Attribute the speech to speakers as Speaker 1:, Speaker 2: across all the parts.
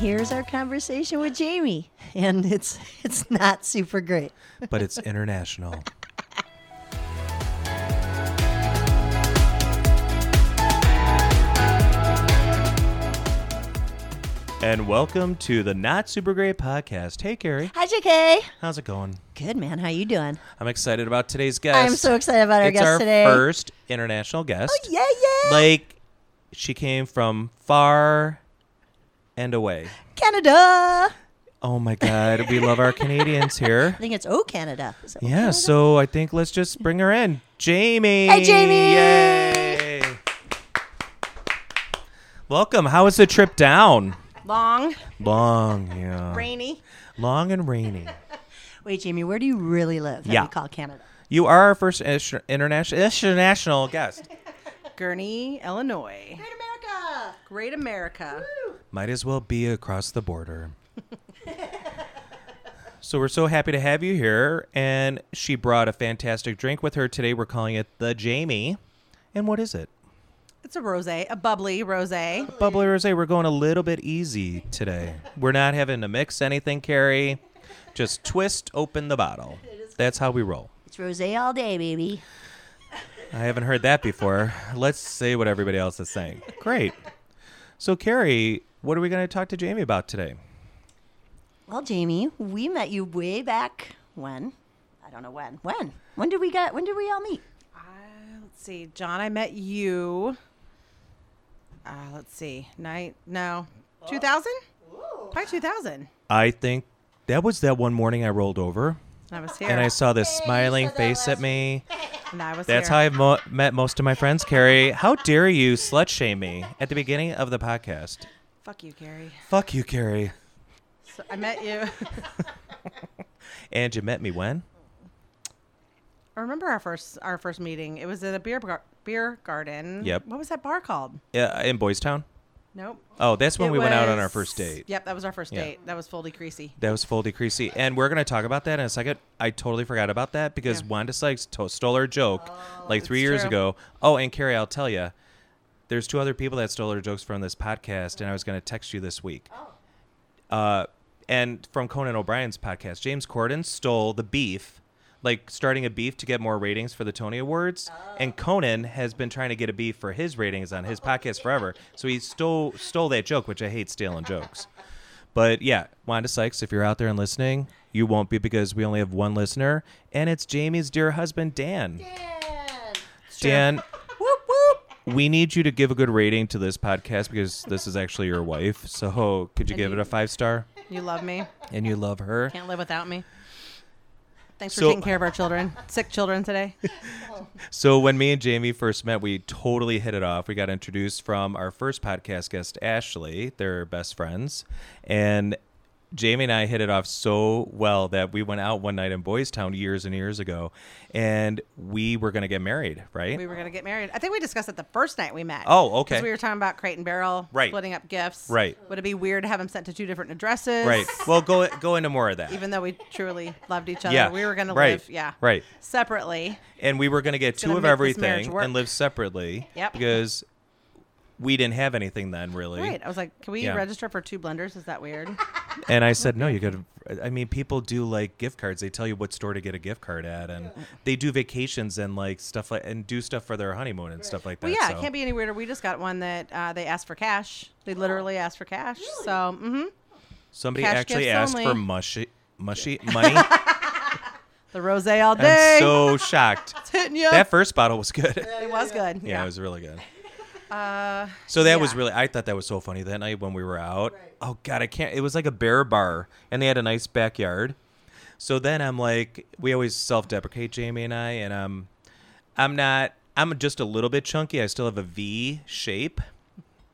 Speaker 1: here's our conversation with Jamie. And it's it's not super great.
Speaker 2: but it's international. and welcome to the Not Super Great Podcast. Hey, Carrie,
Speaker 1: Hi, JK.
Speaker 2: how's it going?
Speaker 1: Good man. How you doing?
Speaker 2: I'm excited about today's guest.
Speaker 1: I'm so excited about our
Speaker 2: it's
Speaker 1: guest
Speaker 2: our
Speaker 1: today.
Speaker 2: first international guest.
Speaker 1: Yeah, yeah.
Speaker 2: Like, she came from far and away.
Speaker 1: Canada. I
Speaker 2: Oh my God, we love our Canadians here.
Speaker 1: think it's O Canada. Is it O
Speaker 2: Yeah, so I think let's just bring her in. Jamie.
Speaker 1: Hey, Jamie.
Speaker 2: Yay. Welcome. How was the trip down?
Speaker 1: Canada? long,
Speaker 2: Long, yeah.
Speaker 1: rainy.
Speaker 2: Long and rainy.
Speaker 1: Wait, Jamie, where do you really live? That
Speaker 2: Yeah.
Speaker 1: we call Canada.
Speaker 2: You are our first ish- international international guest.
Speaker 3: Gurney, Illinois.
Speaker 1: Great America.
Speaker 3: Great America.
Speaker 2: Might as well be across the border. so we're so happy to have you here, and she brought a fantastic drink with her today. We're calling it the Jamie. And what is it?
Speaker 3: It's a rose, a bubbly rose.
Speaker 2: Bubbly Rosé, we're going a little bit easy today. We're not having to mix anything, Carrie. Just twist open the bottle. That's how we roll.
Speaker 1: It's rosé all day, baby.
Speaker 2: I haven't heard that before. Let's say what everybody else is saying. Great. So, Carrie, what are we going to talk to Jamie about today?
Speaker 1: Well, Jamie, we met you way back when? I don't know when. When? When did we get? When did we all meet?
Speaker 3: Uh, let's see, John, I met you. Uh, let's see, night, no,
Speaker 1: Oh.
Speaker 3: 2000? Probably 2000.
Speaker 2: I think that was that one morning I rolled over
Speaker 3: And I was here.
Speaker 2: and I saw this smiling face at me.
Speaker 3: And I was
Speaker 2: That's
Speaker 3: here.
Speaker 2: how I've mo- met most of my friends, Carrie. How dare you slut shame me at the beginning of the podcast?
Speaker 3: Fuck you, Gary.
Speaker 2: Fuck you, Carrie.
Speaker 3: So I met you.
Speaker 2: And you met me when?
Speaker 3: I remember our first our first meeting. It was at a beer gar- beer garden.
Speaker 2: Yep.
Speaker 3: What was that bar called?
Speaker 2: Yeah, uh, in Boys Town.
Speaker 3: Nope.
Speaker 2: Oh, that's when
Speaker 3: It
Speaker 2: we went out on our
Speaker 3: was-
Speaker 2: first date.
Speaker 3: Yep, that was our first
Speaker 2: Yeah.
Speaker 3: date. That was Foldy Creasy.
Speaker 2: That was full decreasy, and we're gonna talk about that in a second. I totally forgot about that because
Speaker 3: Yeah.
Speaker 2: Wanda Sykes to- stole her joke like three
Speaker 3: that's
Speaker 2: years
Speaker 3: true.
Speaker 2: ago. Oh, and Carrie, I'll tell you, there's two other people that stole her jokes from this podcast, and I was gonna text you this week.
Speaker 3: Oh.
Speaker 2: Uh, and from Conan O'Brien's podcast, James Corden stole the beef, like starting a beef to get more ratings for the Tony Awards.
Speaker 3: Oh.
Speaker 2: And Conan has been trying to get a beef for his ratings on his podcast forever. So he stole stole that joke, which I hate stealing jokes. But yeah, Wanda Sykes, if you're out there and listening, you won't be because we only have one listener, and it's Jamie's dear husband, Dan. Dan,
Speaker 3: Whoop whoop.
Speaker 2: we need you to give a good rating to this podcast because this is actually your wife. So could you give it a five star?
Speaker 3: You love me.
Speaker 2: And you love her.
Speaker 3: Can't live without me. Thanks for
Speaker 2: So-
Speaker 3: taking care of our children, sick children today.
Speaker 2: So when me and Jamie first met, we totally hit it off. We got introduced from our first podcast guest, Ashley. They're best friends, and Jamie and I hit it off so well that we went out one night in Boys Town years and years ago, and we were gonna get married, right?
Speaker 3: We were gonna get married. I think we discussed it the first night we met.
Speaker 2: Oh, okay.
Speaker 3: 'Cause we were talking about Crate and Barrel,
Speaker 2: Right.
Speaker 3: Splitting up gifts,
Speaker 2: Right.
Speaker 3: Would it be weird to have them sent to two different addresses,
Speaker 2: right. Well, go go into more of that.
Speaker 3: Even though we truly loved each other,
Speaker 2: yeah,
Speaker 3: we were gonna
Speaker 2: right,
Speaker 3: live, yeah,
Speaker 2: right.
Speaker 3: separately.
Speaker 2: and we were going to get two
Speaker 3: gonna
Speaker 2: of
Speaker 3: make this marriage
Speaker 2: everything
Speaker 3: work.
Speaker 2: and live separately
Speaker 3: Yep.
Speaker 2: because we didn't have anything then really
Speaker 3: Right. I was like, can we
Speaker 2: Yeah.
Speaker 3: register for two blenders? Is that weird?
Speaker 2: and i said no you could i mean people do like gift cards they tell you what store to get a gift card at and they do vacations and like stuff like and do stuff for their honeymoon and stuff like that
Speaker 3: well, yeah,
Speaker 2: so-
Speaker 3: it can't be any weirder. We just got one that uh, they asked for cash. They literally asked for cash. So, mm-hmm.
Speaker 2: somebody
Speaker 3: cash
Speaker 2: actually
Speaker 3: gifts
Speaker 2: asked for
Speaker 3: only.
Speaker 2: mushy mushy money
Speaker 3: the rose all day.
Speaker 2: i'm so shocked
Speaker 3: hitting you.
Speaker 2: that first bottle was good
Speaker 3: it was good.
Speaker 2: yeah, it was really good
Speaker 3: Uh,
Speaker 2: So that was
Speaker 3: Yeah.
Speaker 2: really I thought that was so funny that night when we were out. Oh god, I can't it was like a bear bar and they had a nice backyard. So then I'm like we always self-deprecate Jamie and I and um I'm not I'm just a little bit chunky. I still have a V shape.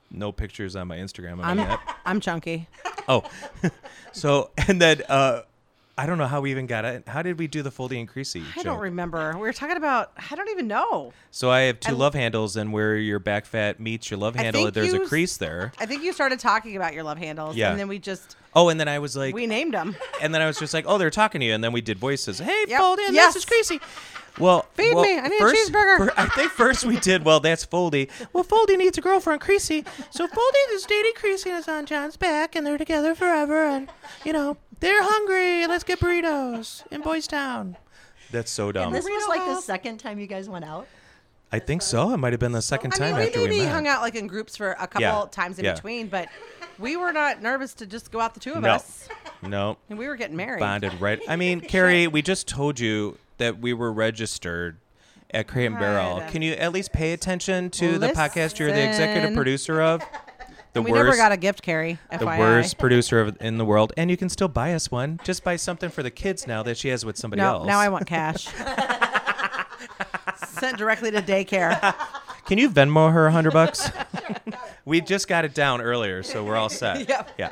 Speaker 2: No pictures on my Instagram of me
Speaker 3: I'm
Speaker 2: yet.
Speaker 3: I'm chunky.
Speaker 2: Oh. so and Oh. then uh I don't know how we even got it. How did we do the Foldy and Creasy
Speaker 3: I
Speaker 2: joke?
Speaker 3: don't remember. We were talking about. I don't even know.
Speaker 2: so I have two
Speaker 3: I-
Speaker 2: love handles, and where your back fat meets your love
Speaker 3: I
Speaker 2: handle,
Speaker 3: think
Speaker 2: there's a
Speaker 3: you-
Speaker 2: crease there.
Speaker 3: I think you started talking about your love handles,
Speaker 2: Yeah.
Speaker 3: and then we just
Speaker 2: Oh, and then I was like,
Speaker 3: we named them.
Speaker 2: and then I was just like, oh, they're talking to you, and then we did voices. Hey,
Speaker 3: Yep.
Speaker 2: Foldy, and
Speaker 3: Yes.
Speaker 2: this is Creasy. Well,
Speaker 3: Feed
Speaker 2: well,
Speaker 3: me. I need a
Speaker 2: first-
Speaker 3: cheeseburger.
Speaker 2: fir- I think first we did. Well, that's Foldy. Well, Foldy needs a girlfriend, Creasy. So Foldy is dating Creasy and is on John's back, and they're together forever. And you know they're hungry. Let's get burritos in Boys Town. That's so dumb.
Speaker 1: This was like the
Speaker 3: Burrito.
Speaker 1: second time you guys went out.
Speaker 2: I think so. It might have been the second
Speaker 3: I
Speaker 2: time
Speaker 3: mean, we
Speaker 2: after we
Speaker 3: maybe
Speaker 2: met.
Speaker 3: hung out like in groups for a couple
Speaker 2: Yeah.
Speaker 3: times in
Speaker 2: Yeah.
Speaker 3: between, but we were not nervous to just go out the two of
Speaker 2: No,
Speaker 3: us,
Speaker 2: no,
Speaker 3: and we were getting married.
Speaker 2: bonded right. I mean, Carrie, we just told you that we were registered at Crate and Barrel.
Speaker 3: God.
Speaker 2: Can you at least pay attention to the podcast you're the executive
Speaker 3: Listen.
Speaker 2: producer of? The
Speaker 3: we
Speaker 2: worst,
Speaker 3: never got a gift, Carrie.
Speaker 2: the
Speaker 3: FYI.
Speaker 2: worst producer of, in the world, and you can still buy us one. Just buy something for the kids now that she has with somebody
Speaker 3: No,
Speaker 2: else.
Speaker 3: now I want cash. Sent directly to daycare.
Speaker 2: Can you Venmo her a hundred bucks? we just got it down earlier, so we're all set.
Speaker 3: Yep.
Speaker 2: Yeah.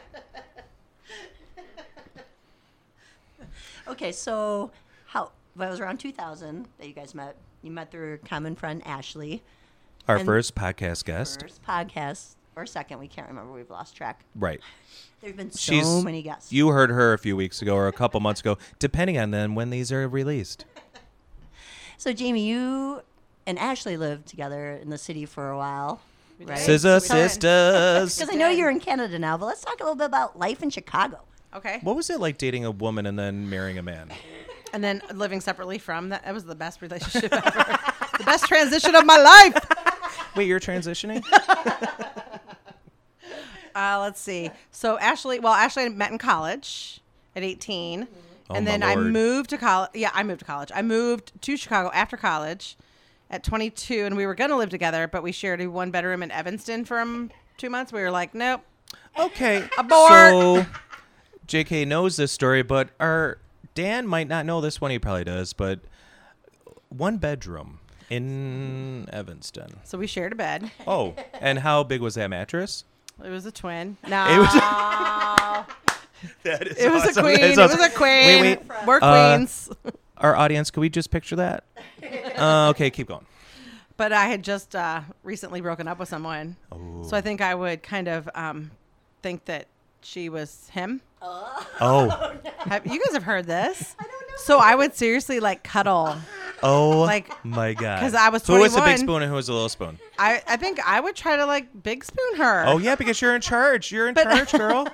Speaker 1: Okay, so how? Well, it was around 2000 that you guys met. You met through a common friend Ashley.
Speaker 2: Our
Speaker 1: And-
Speaker 2: first podcast guest.
Speaker 1: First podcast or second, we can't remember. We've lost track.
Speaker 2: Right.
Speaker 1: There've been so
Speaker 2: She's
Speaker 1: many guests.
Speaker 2: You heard her a few weeks ago or a couple months ago, depending on then when these are released.
Speaker 1: so Jamie, you and Ashley lived together in the city for a while, right?
Speaker 3: did.
Speaker 2: Scissor
Speaker 3: so we-
Speaker 2: sisters.
Speaker 1: Because I know you're in Canada now, but let's talk a little bit about life in Chicago.
Speaker 3: Okay.
Speaker 2: What was it like dating a woman and then marrying a man?
Speaker 3: and then living separately from that. That was the best relationship ever. the best transition of my life.
Speaker 2: Wait, you're transitioning?
Speaker 3: Uh, let's see. So Ashley, well, Ashley I met in college at 18,
Speaker 2: Oh,
Speaker 3: and
Speaker 2: my
Speaker 3: then I
Speaker 2: Lord.
Speaker 3: moved to college. Yeah, I moved to college. I moved to Chicago after college at 22, and we were gonna live together, but we shared a one bedroom in Evanston for um, two months. We were like, nope.
Speaker 2: Okay.
Speaker 3: Abort.
Speaker 2: So JK knows this story, but our Dan might not know this one. He probably does, but one bedroom in Evanston.
Speaker 3: So we shared a bed.
Speaker 2: Oh, and how big was that mattress?
Speaker 3: It was a twin. No,
Speaker 2: It was. that is
Speaker 3: it was a
Speaker 2: awesome. That
Speaker 3: queen.
Speaker 2: is
Speaker 3: It was
Speaker 2: awesome.
Speaker 3: a queen.
Speaker 2: Wait, wait.
Speaker 3: We're
Speaker 2: Uh,
Speaker 3: queens.
Speaker 2: Our audience, could we just picture that? Uh, okay, keep going.
Speaker 3: But I had just uh, recently broken up with someone,
Speaker 2: Oh.
Speaker 3: so I think I would kind of um, think that she was him.
Speaker 2: Oh,
Speaker 3: Have, you guys have heard this? I don't know. So I would seriously like cuddle.
Speaker 2: oh,
Speaker 3: Like,
Speaker 2: my god!
Speaker 3: 'cause I was
Speaker 2: Who was the big
Speaker 3: 21.
Speaker 2: spoon and who was the little spoon?
Speaker 3: I, I think I would try to like big spoon her.
Speaker 2: Oh yeah, because you're in charge. You're in
Speaker 3: But-
Speaker 2: charge, girl.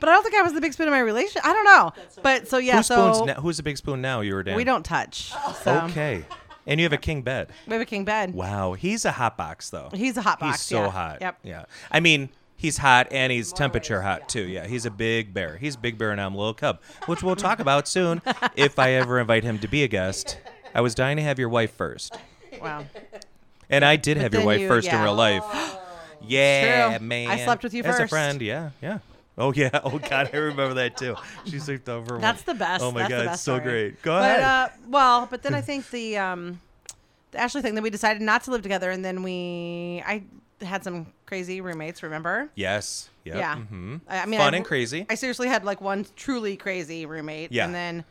Speaker 3: But I don't think I was the big spoon in my relationship. I don't know. But so yeah,
Speaker 2: Who spoons
Speaker 3: so
Speaker 2: na- who's the big spoon now? You were Dan.
Speaker 3: we don't touch. So
Speaker 2: Okay, and you have a king bed.
Speaker 3: we have a king bed.
Speaker 2: Wow, he's a hot box though.
Speaker 3: He's a hot box,
Speaker 2: He's so
Speaker 3: yeah.
Speaker 2: hot.
Speaker 3: Yep.
Speaker 2: Yeah. I mean, he's hot and he's temperature hot too. Yeah. He's a big bear. He's a big bear and I'm a little cub, which we'll talk about soon if I ever invite him to be a guest. I was dying to have your wife first,
Speaker 3: Wow.
Speaker 2: and I did have your
Speaker 3: then
Speaker 2: wife
Speaker 3: you-
Speaker 2: first in
Speaker 3: yeah.
Speaker 2: real life. yeah,
Speaker 3: True.
Speaker 2: man.
Speaker 3: I slept with you
Speaker 2: as a
Speaker 3: first.
Speaker 2: friend. Yeah, yeah. Oh yeah. Oh god, I remember that too. She slept over. one-
Speaker 3: That's the best.
Speaker 2: Oh my
Speaker 3: That's the
Speaker 2: god,
Speaker 3: best
Speaker 2: it's so
Speaker 3: story.
Speaker 2: great. Go
Speaker 3: But
Speaker 2: ahead. Hmm.
Speaker 3: uh, well, but then I think the um, the Ashley thing that we decided not to live together, and then we I had some crazy roommates. Remember?
Speaker 2: yes. Yep.
Speaker 3: Yeah.
Speaker 2: Mm-hmm.
Speaker 3: I, I mean,
Speaker 2: Fun
Speaker 3: I-
Speaker 2: and crazy.
Speaker 3: I seriously had like one truly crazy roommate,
Speaker 2: Yeah.
Speaker 3: and then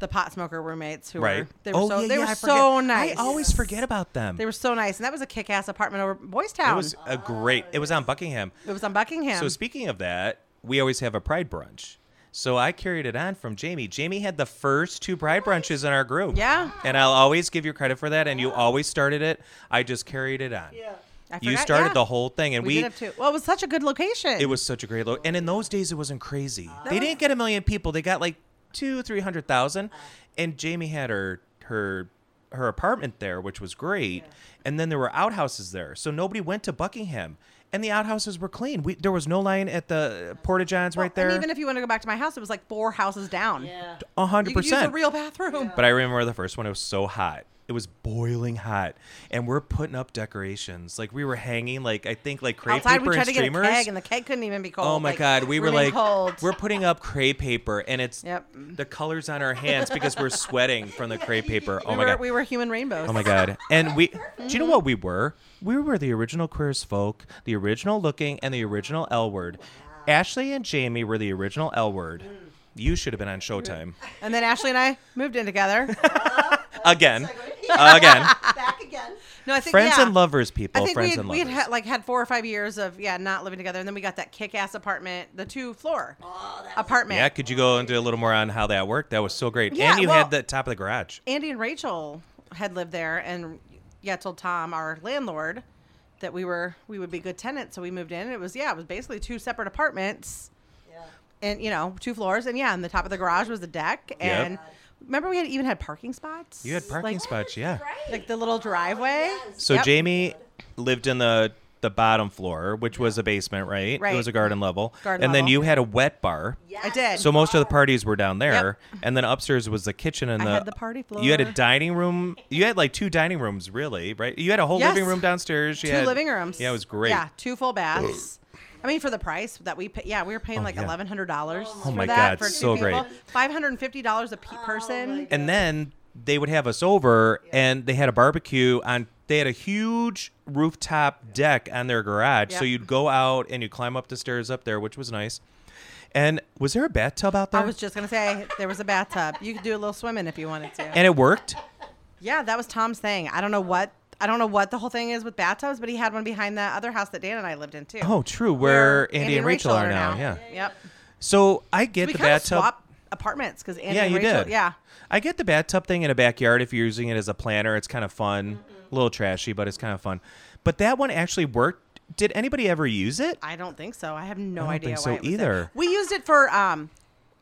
Speaker 3: the pot smoker roommates who
Speaker 2: right.
Speaker 3: were they were
Speaker 2: oh
Speaker 3: so
Speaker 2: yeah,
Speaker 3: they
Speaker 2: yeah,
Speaker 3: were
Speaker 2: I forget.
Speaker 3: so nice.
Speaker 2: I always forget about them.
Speaker 3: they were so nice, and that was a kick-ass apartment over Boys Town.
Speaker 2: It was a great. It was on Buckingham.
Speaker 3: on Buckingham.
Speaker 2: So speaking of that, we always have a pride brunch. So I carried it on from Jamie. Jamie had the first two pride brunches in our group.
Speaker 3: Yeah.
Speaker 2: And I'll always give you credit for that. And you always started it. I just carried it on. Yeah.
Speaker 3: I
Speaker 2: You
Speaker 3: forgot-
Speaker 2: started
Speaker 3: yeah.
Speaker 2: the whole thing, and
Speaker 3: We,
Speaker 2: we.
Speaker 3: did have two. Well, it was such a good location.
Speaker 2: it was such a great load. And in those days, it wasn't crazy. they didn't get a million people. They got like two, three hundred thousand. And Jamie had her her her apartment there, which was great. And then there were outhouses there, so nobody went to Buckingham. And the outhouses were clean. We, there was no line at the Porta Johns right there.
Speaker 3: And even if you want to go back to my house, it was like four houses down.
Speaker 1: Yeah.
Speaker 2: A hundred
Speaker 3: You could use a
Speaker 2: percent.
Speaker 3: real bathroom.
Speaker 2: But I remember the first one. It was so hot. It was boiling hot, and we're putting up decorations. Like we were hanging, like I think, like crepe
Speaker 3: Outside,
Speaker 2: paper
Speaker 3: we tried
Speaker 2: and
Speaker 3: to get
Speaker 2: streamers.
Speaker 3: a keg, and the keg couldn't even be cold.
Speaker 2: Oh my
Speaker 3: like,
Speaker 2: god, we were
Speaker 3: rooting
Speaker 2: like
Speaker 3: cold.
Speaker 2: we're putting up crepe paper and it's
Speaker 3: Yep.
Speaker 2: the colors on our hands because we're sweating from the crepe paper. Oh
Speaker 3: we
Speaker 2: my
Speaker 3: were,
Speaker 2: god.
Speaker 3: we Mm-hmm. were human rainbows.
Speaker 2: Oh my god. And we Do you know what we were? We were the original queer as folk, the original looking and the original L word. Ashley and Jamie were the original L word. You should have been on Showtime
Speaker 3: And then Ashley and I moved in together.
Speaker 2: again, again.
Speaker 1: Back again.
Speaker 3: No, I think
Speaker 2: Friends
Speaker 3: yeah.
Speaker 2: and lovers,
Speaker 3: I
Speaker 2: people.
Speaker 3: think
Speaker 2: Friends
Speaker 3: we had,
Speaker 2: and
Speaker 3: we had
Speaker 2: lovers.
Speaker 3: had, like had four or five years of yeah not living together, and then we got that kick-ass apartment, the two-floor apartment.
Speaker 2: yeah, could you go into a little more on how that worked? That was so great.
Speaker 3: Yeah,
Speaker 2: and you
Speaker 3: well-
Speaker 2: had the top of the garage.
Speaker 3: Andy and Rachel had lived there, and yeah, told Tom, our landlord, that we were we would be good tenants, so we moved in. and It was yeah, it was basically two separate apartments, and you know, two floors, and yeah, and the top of the garage was the deck, and remember we had even had parking spots.
Speaker 2: You had parking
Speaker 3: Like-
Speaker 2: spots, yeah.
Speaker 3: like the little driveway.
Speaker 2: So
Speaker 3: Yep.
Speaker 2: Jamie lived in the the bottom floor, which was a basement, right? It was
Speaker 3: Right.
Speaker 2: a garden level.
Speaker 3: Garden
Speaker 2: and then
Speaker 3: level.
Speaker 2: you had a wet bar.
Speaker 3: I did.
Speaker 2: So most of the parties were down there, and then upstairs was the kitchen and
Speaker 3: I
Speaker 2: the,
Speaker 3: had the party
Speaker 2: You had a
Speaker 3: floor.
Speaker 2: dining room. You had like two dining rooms, really, right? You had a whole
Speaker 3: Yes.
Speaker 2: living room downstairs. You
Speaker 3: two
Speaker 2: had-
Speaker 3: living rooms.
Speaker 2: Yeah, it was great.
Speaker 3: Yeah, two full baths. I mean, for the price that we paid, yeah, we were paying like
Speaker 2: Oh, yeah.
Speaker 3: eleven hundred dollars.
Speaker 2: Oh my God,
Speaker 3: that for
Speaker 2: so
Speaker 3: two people.
Speaker 2: great.
Speaker 3: Five hundred and fifty dollars a pe- person.
Speaker 2: And then they would have us over, and they had a barbecue on. They had a huge rooftop deck on their garage, so
Speaker 3: Yeah.
Speaker 2: you'd go out and you climb up the stairs up there, which was nice. And was there a bathtub out there?
Speaker 3: I was just gonna say there was a bathtub. You could do a little swimming if you wanted to.
Speaker 2: and it worked.
Speaker 3: yeah, that was Tom's thing. I don't know what I don't know what the whole thing is with bathtubs, but he had one behind that other house that Dan and I lived in too.
Speaker 2: Oh, true. Where, Andy, and Rachel, are now. Yeah.
Speaker 3: Yep.
Speaker 2: So I get
Speaker 3: We
Speaker 2: the
Speaker 3: kind of
Speaker 2: bathtub.
Speaker 3: swap apartments because Andy
Speaker 2: yeah,
Speaker 3: and
Speaker 2: you
Speaker 3: Rachel.
Speaker 2: did.
Speaker 3: Yeah.
Speaker 2: I get the bathtub thing in a backyard if you're using it as a planter. It's kind of fun,
Speaker 3: Mm-hmm.
Speaker 2: a little trashy, but it's kind of fun. But that one actually worked. Did anybody ever use it?
Speaker 3: I don't think so. I have no
Speaker 2: don't
Speaker 3: idea
Speaker 2: think
Speaker 3: why
Speaker 2: so
Speaker 3: it was there.
Speaker 2: either.
Speaker 3: We used it for um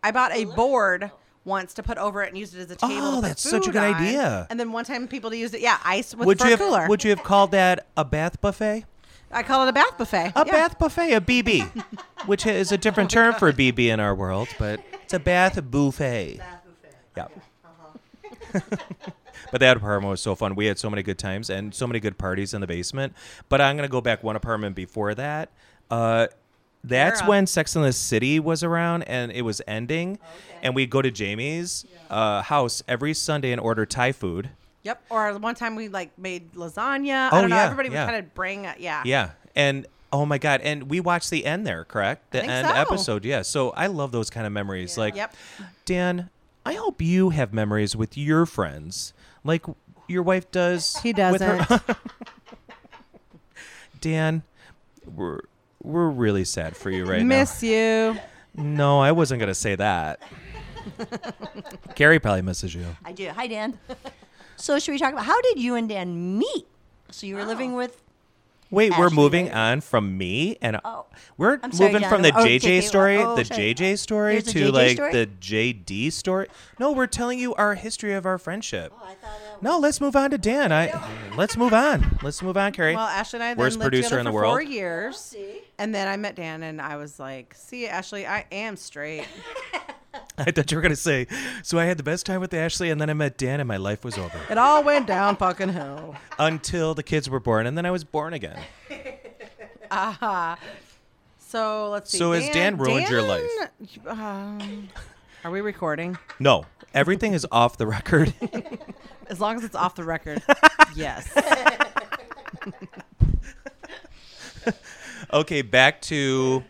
Speaker 3: I bought a board once to put over it and used it as a table.
Speaker 2: Oh,
Speaker 3: to put
Speaker 2: that's such a
Speaker 3: food
Speaker 2: good
Speaker 3: on.
Speaker 2: idea.
Speaker 3: And then one time people used it, yeah, ice with
Speaker 2: would
Speaker 3: for
Speaker 2: you
Speaker 3: a
Speaker 2: have
Speaker 3: cooler.
Speaker 2: Would you have called that a bath buffet?
Speaker 3: I call it a bath buffet.
Speaker 2: A
Speaker 3: Yeah.
Speaker 2: bath buffet, a BB, which is a different term for BB in our world, but it's a bath buffet. Uh-huh. Yeah. but that apartment was so fun. We had so many good times and so many good parties in the basement. But I'm gonna go back one apartment before that. Uh, that's
Speaker 3: Where, uh,
Speaker 2: when Sex in the City was around and it was ending, and we'd go to Jamie's uh, house every Sunday and order Thai food.
Speaker 3: Yep. Or one time we like made lasagna.
Speaker 2: Oh,
Speaker 3: I don't know.
Speaker 2: yeah,
Speaker 3: Everybody
Speaker 2: yeah.
Speaker 3: would kind of bring uh, yeah.
Speaker 2: Yeah, and oh my god, and we watched the end there, correct? The
Speaker 3: think
Speaker 2: end
Speaker 3: so.
Speaker 2: episode, yeah. So I love those kind of memories. Like,
Speaker 3: Yep.
Speaker 2: Dan, I hope you have memories with your friends, like your wife does.
Speaker 3: He
Speaker 2: with her-
Speaker 3: doesn't.
Speaker 2: Dan, we're we're really sad for you right
Speaker 3: Miss you.
Speaker 2: now. No, I wasn't gonna say that. Gary probably misses you.
Speaker 1: I do. Hi, Dan. so should we talk about how did you and Dan meet? So you were living with
Speaker 2: Wait, we're
Speaker 1: Ashley
Speaker 2: moving
Speaker 1: later.
Speaker 2: on from me, and
Speaker 1: Oh.
Speaker 2: we're
Speaker 1: I'm sorry,
Speaker 2: moving
Speaker 1: Jen.
Speaker 2: from the
Speaker 1: Oh,
Speaker 2: JJ
Speaker 1: JJ.
Speaker 2: story,
Speaker 1: Oh,
Speaker 2: the
Speaker 1: sorry.
Speaker 2: JJ story,
Speaker 1: There's a
Speaker 2: to
Speaker 1: JJ
Speaker 2: like
Speaker 1: story?
Speaker 2: the JD story. No, we're telling you our history of our friendship.
Speaker 1: Oh, I thought um, that
Speaker 2: No, let's move on to Dan. I let's move on. Let's move on, Carrie.
Speaker 3: Well, Ashley and I then
Speaker 2: Worst
Speaker 3: lived
Speaker 2: producer
Speaker 3: together
Speaker 2: in the
Speaker 3: for
Speaker 2: world.
Speaker 3: four years, and then I met Dan, and I was like, "See, Ashley, I am straight."
Speaker 2: I thought you were gonna say. So I had the best time with Ashley, and then I met Dan, and my life was over
Speaker 3: It all went down fucking hill.
Speaker 2: until the kids were born, and then I was born again.
Speaker 3: So let's see.
Speaker 2: So has Dan ruined your life?
Speaker 3: Um, are we recording?
Speaker 2: No, everything is off the record.
Speaker 3: As long as it's off the record. yes.
Speaker 2: okay, back to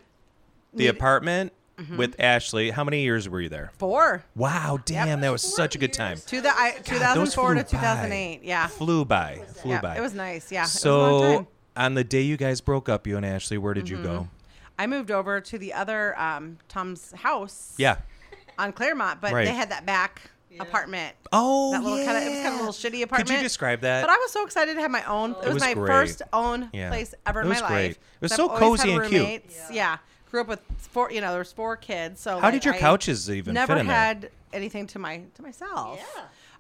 Speaker 2: the apartment
Speaker 1: Mm-hmm.
Speaker 2: with Ashley. How many years were you there?
Speaker 3: Four.
Speaker 2: Wow, damn, that was such a good time.
Speaker 3: Two the, I,
Speaker 2: those
Speaker 3: 2004 to
Speaker 2: flew by.
Speaker 3: 2008. Yeah.
Speaker 2: Flew by, flew
Speaker 3: yeah.
Speaker 2: by.
Speaker 3: It was nice. Yeah. it was a long
Speaker 2: so
Speaker 3: time.
Speaker 2: on the day you guys broke up, you and Ashley, where did you go?
Speaker 3: I moved over to the other um, Tom's house.
Speaker 2: Yeah.
Speaker 3: On Claremont, but
Speaker 2: Right.
Speaker 3: they had that back apartment.
Speaker 2: Oh,
Speaker 3: That little
Speaker 2: yeah.
Speaker 3: kind of it was kind of a little shitty apartment.
Speaker 2: Could you describe that?
Speaker 3: But I was so excited to have my own. It, was,
Speaker 2: was
Speaker 3: my
Speaker 2: great.
Speaker 3: first own
Speaker 2: Yeah.
Speaker 3: place ever
Speaker 2: It
Speaker 3: in
Speaker 2: was
Speaker 3: my
Speaker 2: great.
Speaker 3: life.
Speaker 2: It was
Speaker 3: I've
Speaker 2: so
Speaker 3: always
Speaker 2: cozy
Speaker 3: had
Speaker 2: and cute.
Speaker 3: roommates. Yeah. grew up with four. You know, there was four kids. So
Speaker 2: How
Speaker 3: like,
Speaker 2: did your
Speaker 3: I
Speaker 2: couches even
Speaker 3: never
Speaker 2: fit in there?
Speaker 3: had anything to my to myself.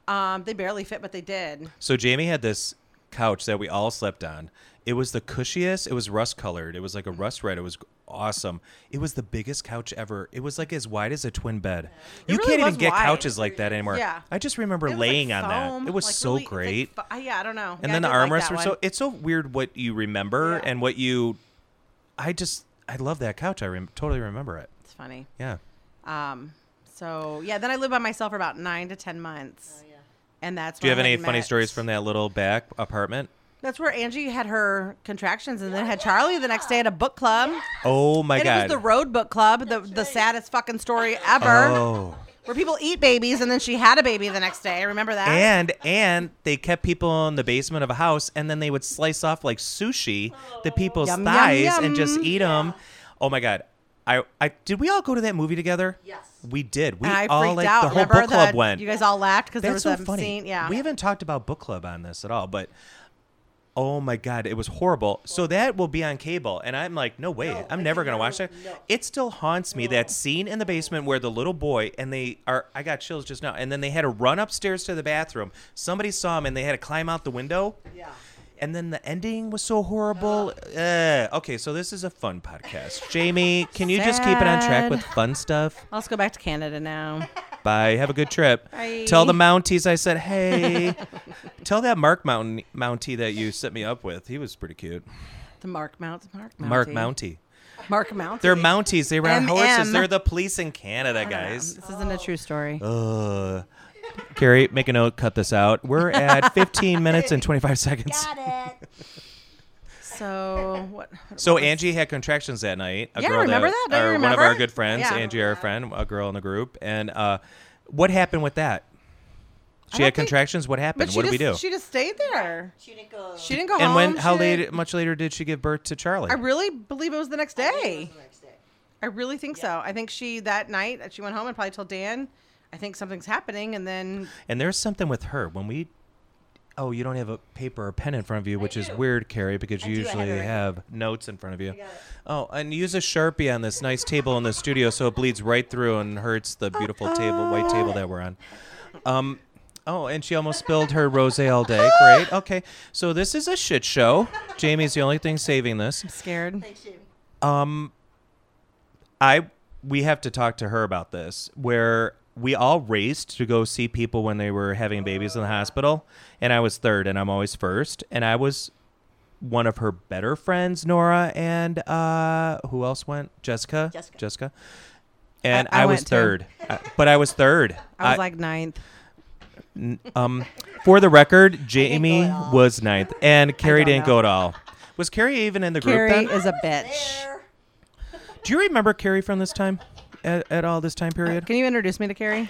Speaker 1: Yeah.
Speaker 3: Um, they barely fit, but they did.
Speaker 2: So Jamie had this couch that we all slept on. It was the cushiest. It was rust colored. It was
Speaker 3: Mm-hmm.
Speaker 2: like a rust red. It was awesome. It was the biggest couch ever. It was like as wide as a twin bed. you
Speaker 3: really
Speaker 2: can't even
Speaker 3: was
Speaker 2: get
Speaker 3: wide.
Speaker 2: couches like that anymore.
Speaker 3: Yeah.
Speaker 2: I just remember
Speaker 3: It was, like,
Speaker 2: laying on
Speaker 3: foam,
Speaker 2: that. It was
Speaker 3: like,
Speaker 2: so
Speaker 3: really- it's, like,
Speaker 2: great.
Speaker 3: fo- uh, yeah, I don't know.
Speaker 2: and
Speaker 3: Yeah, I
Speaker 2: then the
Speaker 3: did like
Speaker 2: armrests
Speaker 3: that
Speaker 2: were
Speaker 3: one.
Speaker 2: so. It's so weird what you remember
Speaker 3: Yeah.
Speaker 2: and what you. I just I love that couch. I rem- totally remember it.
Speaker 3: It's funny.
Speaker 2: Yeah.
Speaker 3: Um, so yeah, then I lived by myself for about nine to ten months, and that's.
Speaker 2: Do you
Speaker 3: when
Speaker 2: have
Speaker 3: I
Speaker 2: any
Speaker 3: had
Speaker 2: funny
Speaker 3: met-
Speaker 2: stories from that little back apartment?
Speaker 3: That's where Angie had her contractions and then had Charlie the next day at a book club.
Speaker 2: Oh my
Speaker 3: and
Speaker 2: god.
Speaker 3: it was the Road Book Club, the, the saddest fucking story ever,
Speaker 2: oh.
Speaker 3: where people eat babies and then she had a baby the next day. Remember that?
Speaker 2: And and they kept people in the basement of a house, and then they would slice off like sushi the people's
Speaker 3: Oh. Yum, yum,
Speaker 2: thighs and just
Speaker 3: yum.
Speaker 2: eat them. Oh my god! I I did we all go to that movie together?
Speaker 1: Yes.
Speaker 2: we did. We
Speaker 3: And I
Speaker 2: all
Speaker 3: freaked
Speaker 2: like
Speaker 3: out.
Speaker 2: the whole
Speaker 3: Remember
Speaker 2: book club
Speaker 3: the-
Speaker 2: went.
Speaker 3: You guys all laughed because there
Speaker 2: That's
Speaker 3: was
Speaker 2: so
Speaker 3: that
Speaker 2: funny.
Speaker 3: scene. Yeah.
Speaker 2: we haven't talked about book club on this at all, but. Oh my god, it was horrible. So that will be on cable, and I'm like, no way, I'm never gonna watch that. It still haunts me that scene in the basement where the little boy and they are. I got chills just now. And then they had to run upstairs to the bathroom. Somebody saw him, and they had to climb out the window. Yeah. And then the ending was so horrible. Uh, okay, so this is a fun podcast. Jamie, can you just keep it on track
Speaker 3: Sad.
Speaker 2: with fun stuff?
Speaker 3: Let's go back to Canada now.
Speaker 2: Bye. Have a good trip.
Speaker 3: Bye.
Speaker 2: Tell the Mounties I said hey. Tell that Mark Mountain Mountie that you set me up with. He was pretty cute.
Speaker 3: The Mark Mount. Mark Mountie.
Speaker 2: Mark Mountie.
Speaker 3: Mark Mount.
Speaker 2: They're Mounties. They ride
Speaker 3: MM.
Speaker 2: horses. They're the police in Canada, guys.
Speaker 3: This isn't a true story.
Speaker 2: Ugh. Carrie, make a note. Cut this out. We're at 15 minutes and 25 seconds.
Speaker 1: Got it.
Speaker 3: So what? what
Speaker 2: So
Speaker 3: was-
Speaker 2: Angie had contractions that night. A
Speaker 3: Yeah,
Speaker 2: girl
Speaker 3: remember
Speaker 2: that,
Speaker 3: that? Don't you
Speaker 2: or one of our
Speaker 3: remember?
Speaker 2: good friends,
Speaker 3: Yeah.
Speaker 2: Angie, our friend, a girl in the group. And uh, what happened with that? She
Speaker 3: don't
Speaker 2: had
Speaker 3: think-
Speaker 2: contractions. What
Speaker 3: But
Speaker 2: happened?
Speaker 3: she
Speaker 2: What
Speaker 3: just,
Speaker 2: did we do?
Speaker 3: She just stayed there.
Speaker 1: She didn't go.
Speaker 3: She didn't go
Speaker 2: and
Speaker 3: home.
Speaker 2: when? How
Speaker 3: she didn't-
Speaker 2: late? Much later did she give birth to Charlie?
Speaker 3: I really believe it was the next day.
Speaker 1: next day.
Speaker 3: I really think so. I think she that night that she went home and probably told Dan, I think something's happening, and then
Speaker 2: And there's something with her when we. Oh, you don't have a paper or pen in front of you, which is weird, Carrie, because you
Speaker 1: do, I have it
Speaker 2: usually
Speaker 1: right
Speaker 2: have notes in front of you. Oh, and use a sharpie on this nice table in the studio so it bleeds right through and hurts the beautiful table, white table that we're on. Um, oh, and she almost spilled her rosé all day. Great. Okay, so this is a shit show. Jamie's the only thing saving this.
Speaker 3: scared.
Speaker 1: Thanks, Jamie.
Speaker 2: I we have to talk to her about this where we all raced to go see people when they were having babies in the hospital and I was third and I'm always first and I was one of her better friends Nora and uh who else went Jessica
Speaker 1: Jessica.
Speaker 2: and
Speaker 3: I
Speaker 2: I, was
Speaker 3: went too.
Speaker 2: third I- but I was third
Speaker 3: I was like ninth.
Speaker 2: um for the record
Speaker 1: at
Speaker 2: Jamie
Speaker 1: all.
Speaker 2: was ninth and Carrie
Speaker 3: don't
Speaker 2: didn't
Speaker 3: know.
Speaker 2: go at all was Carrie even in the group
Speaker 3: Carrie
Speaker 2: then?
Speaker 3: is a bitch.
Speaker 1: There.
Speaker 2: Do you remember Carrie from this time at, at all this time period?
Speaker 3: Can you introduce me to Carrie?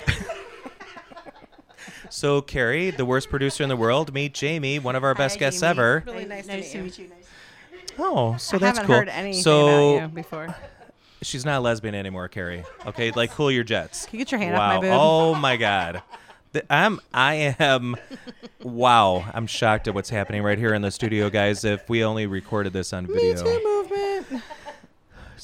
Speaker 2: So Carrie, the worst producer in the world, meet Jamie, one of our best guests
Speaker 1: Jamie.
Speaker 2: ever.
Speaker 3: Really nice,
Speaker 1: Nice to meet you. Nice.
Speaker 2: Oh, so
Speaker 3: I
Speaker 2: that's
Speaker 3: haven't
Speaker 2: cool.
Speaker 3: heard anything
Speaker 2: so
Speaker 3: about you before.
Speaker 2: she's not a lesbian anymore, Carrie. Okay, like cool your jets.
Speaker 3: Can you get your hand off
Speaker 2: wow.
Speaker 3: my boob?
Speaker 2: Oh my god. Th- I'm I am wow, I'm shocked at what's happening right here in the studio, guys. If we only recorded this on video.
Speaker 3: movement.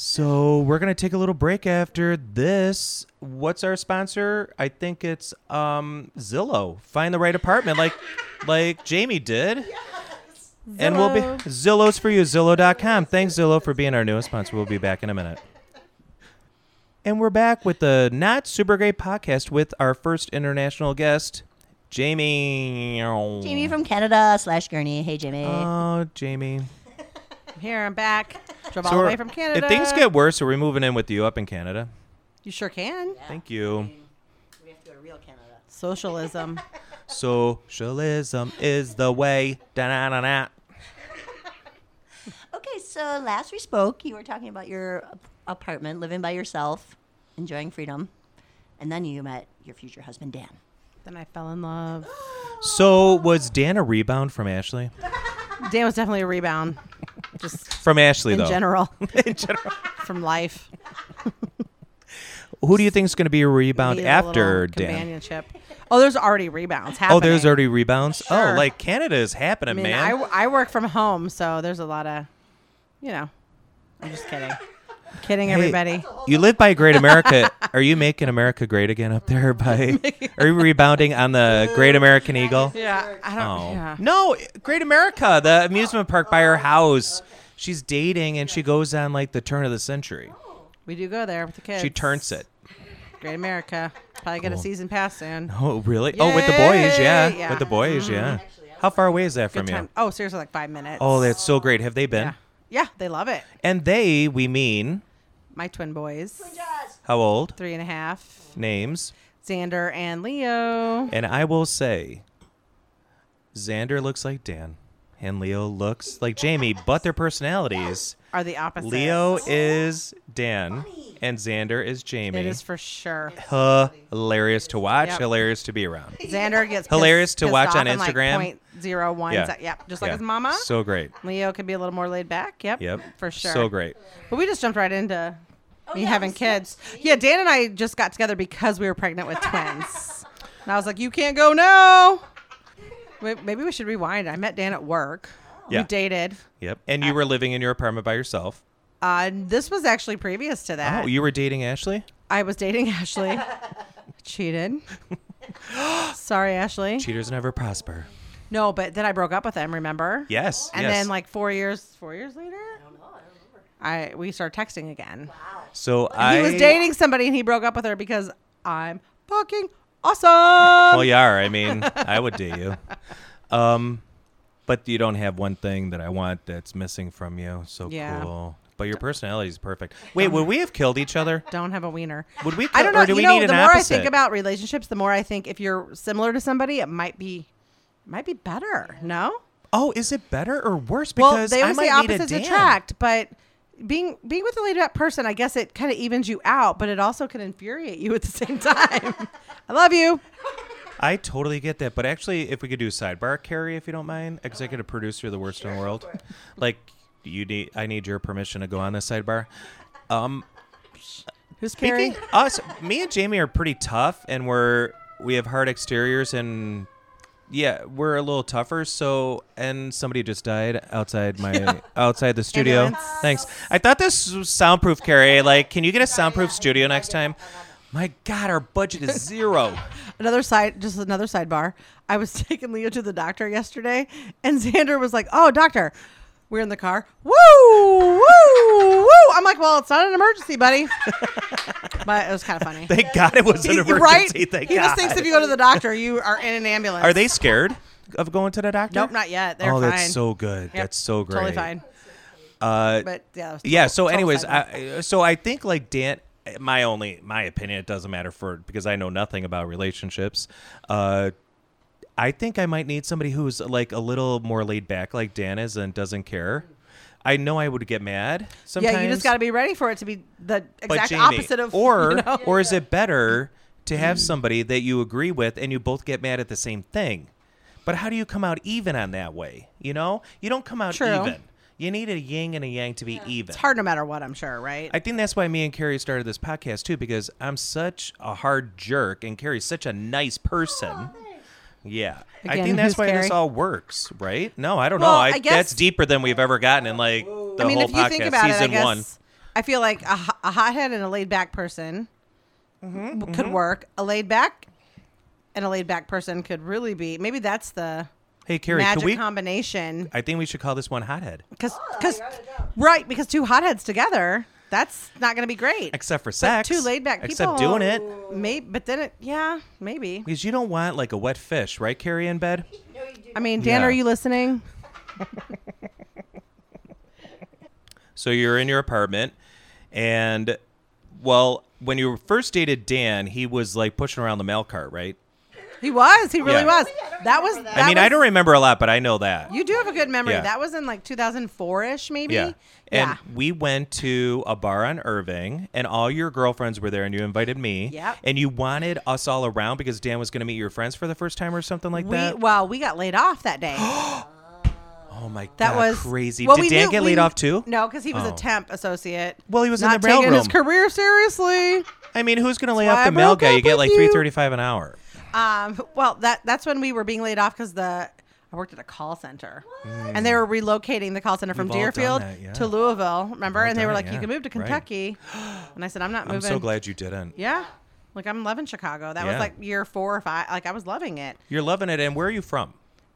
Speaker 2: So we're gonna take a little break after this. What's our sponsor? I think it's um, Zillow. Find the right apartment, like like Jamie did. And we'll be Zillow's for you. Zillow.com. Thanks Zillow for being our newest sponsor. We'll be back in a minute. And we're back with the not super great podcast with our first international guest, Jamie.
Speaker 1: Jamie from Canada slash Gurney. Hey, Jamie.
Speaker 2: Oh, Jamie.
Speaker 3: Here I'm back. Drove
Speaker 2: So
Speaker 3: all the
Speaker 2: are-
Speaker 3: way from Canada.
Speaker 2: If things get worse, are we moving in with you up in Canada?
Speaker 3: you sure can.
Speaker 2: Thank you.
Speaker 1: we have to go to real Canada.
Speaker 3: Socialism.
Speaker 2: Socialism is the way. Da-na-na-na.
Speaker 1: Okay, so last we spoke, you were talking about your ap- apartment, living by yourself, enjoying freedom, and then you met your future husband, Dan.
Speaker 3: then I fell in love.
Speaker 2: So was Dan a rebound from Ashley?
Speaker 3: Dan was definitely a rebound. Just
Speaker 2: From Ashley
Speaker 3: in
Speaker 2: though.
Speaker 3: general,
Speaker 2: in general.
Speaker 3: from life.
Speaker 2: Who do you think is going to be a rebound
Speaker 3: Need a little
Speaker 2: after Dan?
Speaker 3: companionship. Oh, there's already rebounds happening.
Speaker 2: Oh, there's already rebounds.
Speaker 3: Sure.
Speaker 2: Oh, like Canada is happening,
Speaker 3: I mean, I,
Speaker 2: man.
Speaker 3: I work from home, so there's a lot of, you know, I'm just kidding, kidding everybody.
Speaker 2: you live by Great America. Are you making America great again up there? By are you rebounding on the Great American Eagle?
Speaker 3: Yeah, I don't.
Speaker 2: Oh.
Speaker 3: Yeah.
Speaker 2: No, Great America, the amusement park by her house. She's dating and she goes on like the turn of the century.
Speaker 3: We do go there with the kids.
Speaker 2: She turns it.
Speaker 3: Great America. Probably get a
Speaker 2: Cool.
Speaker 3: season pass soon.
Speaker 2: Oh, really? Oh, with the boys, yeah.
Speaker 3: Yay!
Speaker 2: With the boys, yeah. How far away is that from
Speaker 3: Mm-hmm. Good time.
Speaker 2: you?
Speaker 3: Oh, seriously, like five minutes.
Speaker 2: Oh, that's so great. Have they been?
Speaker 3: yeah, yeah. They love it.
Speaker 2: And they, we mean,
Speaker 3: My twin boys,
Speaker 2: how old?
Speaker 3: three and a half,
Speaker 2: Names.
Speaker 3: Xander and Leo.
Speaker 2: And I will say, Xander looks like Dan, and Leo looks like Jamie, but their personalities.
Speaker 3: Are the opposite.
Speaker 2: Leo is Dan, and Xander is Jamie.
Speaker 3: It is for sure.
Speaker 2: hilarious to watch,
Speaker 3: Yep.
Speaker 2: hilarious to be around.
Speaker 3: Xander gets pissed-
Speaker 2: Hilarious to
Speaker 3: pissed
Speaker 2: watch
Speaker 3: off
Speaker 2: on
Speaker 3: in, like,
Speaker 2: Instagram.
Speaker 3: 0.01
Speaker 2: Yeah.
Speaker 3: sec- Yep. Just like
Speaker 2: Yeah.
Speaker 3: his mama.
Speaker 2: So great.
Speaker 3: Leo could be a little more laid back. Yep.
Speaker 2: Yep.
Speaker 3: For sure.
Speaker 2: So great.
Speaker 3: But we just jumped right into me
Speaker 1: yeah,
Speaker 3: having
Speaker 1: let's-
Speaker 3: kids. Yeah, Dan and I just got together because we were pregnant with twins. and I was like, you can't go now. Wait, Maybe we should rewind. I met Dan at work.
Speaker 2: Yeah.
Speaker 3: We dated.
Speaker 2: Yep. And you were living in your apartment by yourself.
Speaker 3: Uh, this was actually previous to that.
Speaker 2: Oh, you were dating Ashley?
Speaker 3: I was dating Ashley. Cheated. Sorry, Ashley.
Speaker 2: Cheaters never prosper.
Speaker 3: No, but then I broke up with him, remember?
Speaker 2: Yes.
Speaker 3: And
Speaker 2: yes.
Speaker 3: then like four years four years later? I we started texting again.
Speaker 2: so I
Speaker 3: He was dating somebody and he broke up with her because I'm fucking awesome.
Speaker 2: Well, you are. I mean, I would date you. Um, but you don't have one thing that I want that's missing from you. So
Speaker 3: Yeah.
Speaker 2: cool. But your personality is perfect. Wait, would we have killed each other?
Speaker 3: Don't have a wiener.
Speaker 2: Would we?
Speaker 3: I don't
Speaker 2: or
Speaker 3: know.
Speaker 2: do
Speaker 3: you
Speaker 2: we
Speaker 3: know,
Speaker 2: need
Speaker 3: the
Speaker 2: an
Speaker 3: more
Speaker 2: opposite?
Speaker 3: I think about relationships, the more I think if you're similar to somebody, it might be it might be better. No?
Speaker 2: Oh, is it better or worse? Because
Speaker 3: Well,
Speaker 2: I
Speaker 3: they always
Speaker 2: might
Speaker 3: say
Speaker 2: need a
Speaker 3: opposites
Speaker 2: Dan.
Speaker 3: attract, but being being with a laid back person, I guess it kind of evens you out, but it also can infuriate you at the same time. I love you.
Speaker 2: I totally get that, but actually, if we could do a sidebar, Carrie, if you don't mind, executive producer of the worst in the world, like you need, I need your permission to go on this sidebar. Um,
Speaker 3: Who's Carrie?
Speaker 2: Speaking us, me and Jamie are pretty tough, and we're we have hard exteriors, and yeah, we're a little tougher. So, and somebody just died outside my outside the studio.
Speaker 3: Ambulance.
Speaker 2: Thanks. I thought this was soundproof, Carrie. Like, can you get a soundproof studio next time? My God, our budget is zero.
Speaker 3: Another side, just another sidebar. I was taking Leo to the doctor yesterday, and Xander was like, "Oh, doctor, we're in the car. Woo, woo, woo." I'm like, "Well, it's not an emergency, buddy." but it was kind of funny.
Speaker 2: Thank God it was an
Speaker 3: He-
Speaker 2: emergency.
Speaker 3: right?
Speaker 2: Thank
Speaker 3: he
Speaker 2: God.
Speaker 3: just thinks if you go to the doctor, you are in an ambulance.
Speaker 2: Are they scared of going to the doctor?
Speaker 3: Nope, not yet. They're
Speaker 2: oh,
Speaker 3: fine.
Speaker 2: that's so good.
Speaker 3: Yep,
Speaker 2: That's so great.
Speaker 3: Totally fine.
Speaker 2: Uh,
Speaker 3: But yeah. it was
Speaker 2: yeah.
Speaker 3: total-
Speaker 2: So,
Speaker 3: total
Speaker 2: anyways,
Speaker 3: sidebar.
Speaker 2: I, so I think like Dan, my only my opinion. It doesn't matter for because I know nothing about relationships. Uh, I think I might need somebody who's like a little more laid back, like Dan is, and doesn't care. I know I would get mad sometimes.
Speaker 3: yeah, you just got to be ready for it to be the
Speaker 2: but
Speaker 3: exact
Speaker 2: Jamie,
Speaker 3: opposite of
Speaker 2: or
Speaker 3: you know?
Speaker 2: or is it better to have somebody that you agree with and you both get mad at the same thing but how do you come out even on that way you know you don't come out
Speaker 3: True.
Speaker 2: even you need a yin and a yang to be even
Speaker 3: It's hard no matter what. I'm sure, right?
Speaker 2: I think that's why me and Carrie started this podcast too, because I'm such a hard jerk and Carrie's such a nice person. yeah, I
Speaker 3: Again,
Speaker 2: think that's
Speaker 3: who's
Speaker 2: why
Speaker 3: Carrie?
Speaker 2: this all works, right? No, I don't
Speaker 3: Well,
Speaker 2: know. I,
Speaker 3: I guess-
Speaker 2: that's deeper than we've ever gotten in like the
Speaker 3: I mean,
Speaker 2: whole
Speaker 3: if you
Speaker 2: podcast
Speaker 3: think about
Speaker 2: season
Speaker 3: it, I guess
Speaker 2: one.
Speaker 3: I feel like a, ho- a hothead and a laid back person
Speaker 2: Mm-hmm,
Speaker 3: w- could work. A laid back and a laid back person could really be. Maybe that's the
Speaker 2: Hey, Carrie,
Speaker 3: magic
Speaker 2: can we?
Speaker 3: combination.
Speaker 2: I think we should call this one hothead.
Speaker 3: Because right, because two hotheads together, that's not going to be great.
Speaker 2: except for sex.
Speaker 3: two laid back people,
Speaker 2: Except doing it
Speaker 3: Maybe, but then it, yeah, maybe.
Speaker 2: because you don't want like a wet fish, right, Carrie, in bed.
Speaker 3: I mean, Dan,
Speaker 2: Yeah.
Speaker 3: are you listening?
Speaker 2: So you're in your apartment, and well, when you first dated Dan, he was like pushing around the mail cart, right?
Speaker 3: He was. He really
Speaker 2: Oh, Yeah.
Speaker 3: was. That was.
Speaker 2: I mean, I don't remember a lot, but I know that.
Speaker 3: You do have a good memory.
Speaker 2: Yeah.
Speaker 3: That was in like 2004 ish, maybe.
Speaker 2: yeah.
Speaker 3: Yeah.
Speaker 2: And we went to a bar on Irving, and all your girlfriends were there, and you invited me.
Speaker 3: Yep.
Speaker 2: And you wanted us all around because Dan was going to meet your friends for the first time or something like
Speaker 3: we
Speaker 2: that.
Speaker 3: well, we got laid off that day.
Speaker 2: oh my
Speaker 3: That
Speaker 2: god,
Speaker 3: was
Speaker 2: crazy!
Speaker 3: Well, we
Speaker 2: Did Dan
Speaker 3: knew-
Speaker 2: get
Speaker 3: we-
Speaker 2: laid off too?
Speaker 3: No, because he was
Speaker 2: Oh.
Speaker 3: a temp associate.
Speaker 2: Well, he was in
Speaker 3: not
Speaker 2: the mail
Speaker 3: taking
Speaker 2: room.
Speaker 3: his career seriously.
Speaker 2: I mean, who's going to lay
Speaker 3: That's
Speaker 2: off
Speaker 3: why
Speaker 2: the
Speaker 3: I
Speaker 2: mail
Speaker 3: broke
Speaker 2: guy? You
Speaker 3: up
Speaker 2: get
Speaker 3: with
Speaker 2: like
Speaker 3: you.
Speaker 2: three thirty-five an hour.
Speaker 3: Um, well, that that's when we were being laid off because the I worked at a call center, and they were relocating the call center from
Speaker 2: We've all done
Speaker 3: Deerfield
Speaker 2: that, yeah.
Speaker 3: to Louisville. Remember?
Speaker 2: all
Speaker 3: And they were
Speaker 2: done it,
Speaker 3: like,
Speaker 2: yeah.
Speaker 3: "You can move to
Speaker 2: Right.
Speaker 3: Kentucky," and I said, "I'm not moving."
Speaker 2: I'm so glad you didn't.
Speaker 3: Yeah, like I'm loving Chicago. That
Speaker 2: Yeah.
Speaker 3: was like year four or five. Like I was loving it.
Speaker 2: You're loving it. And where are you from?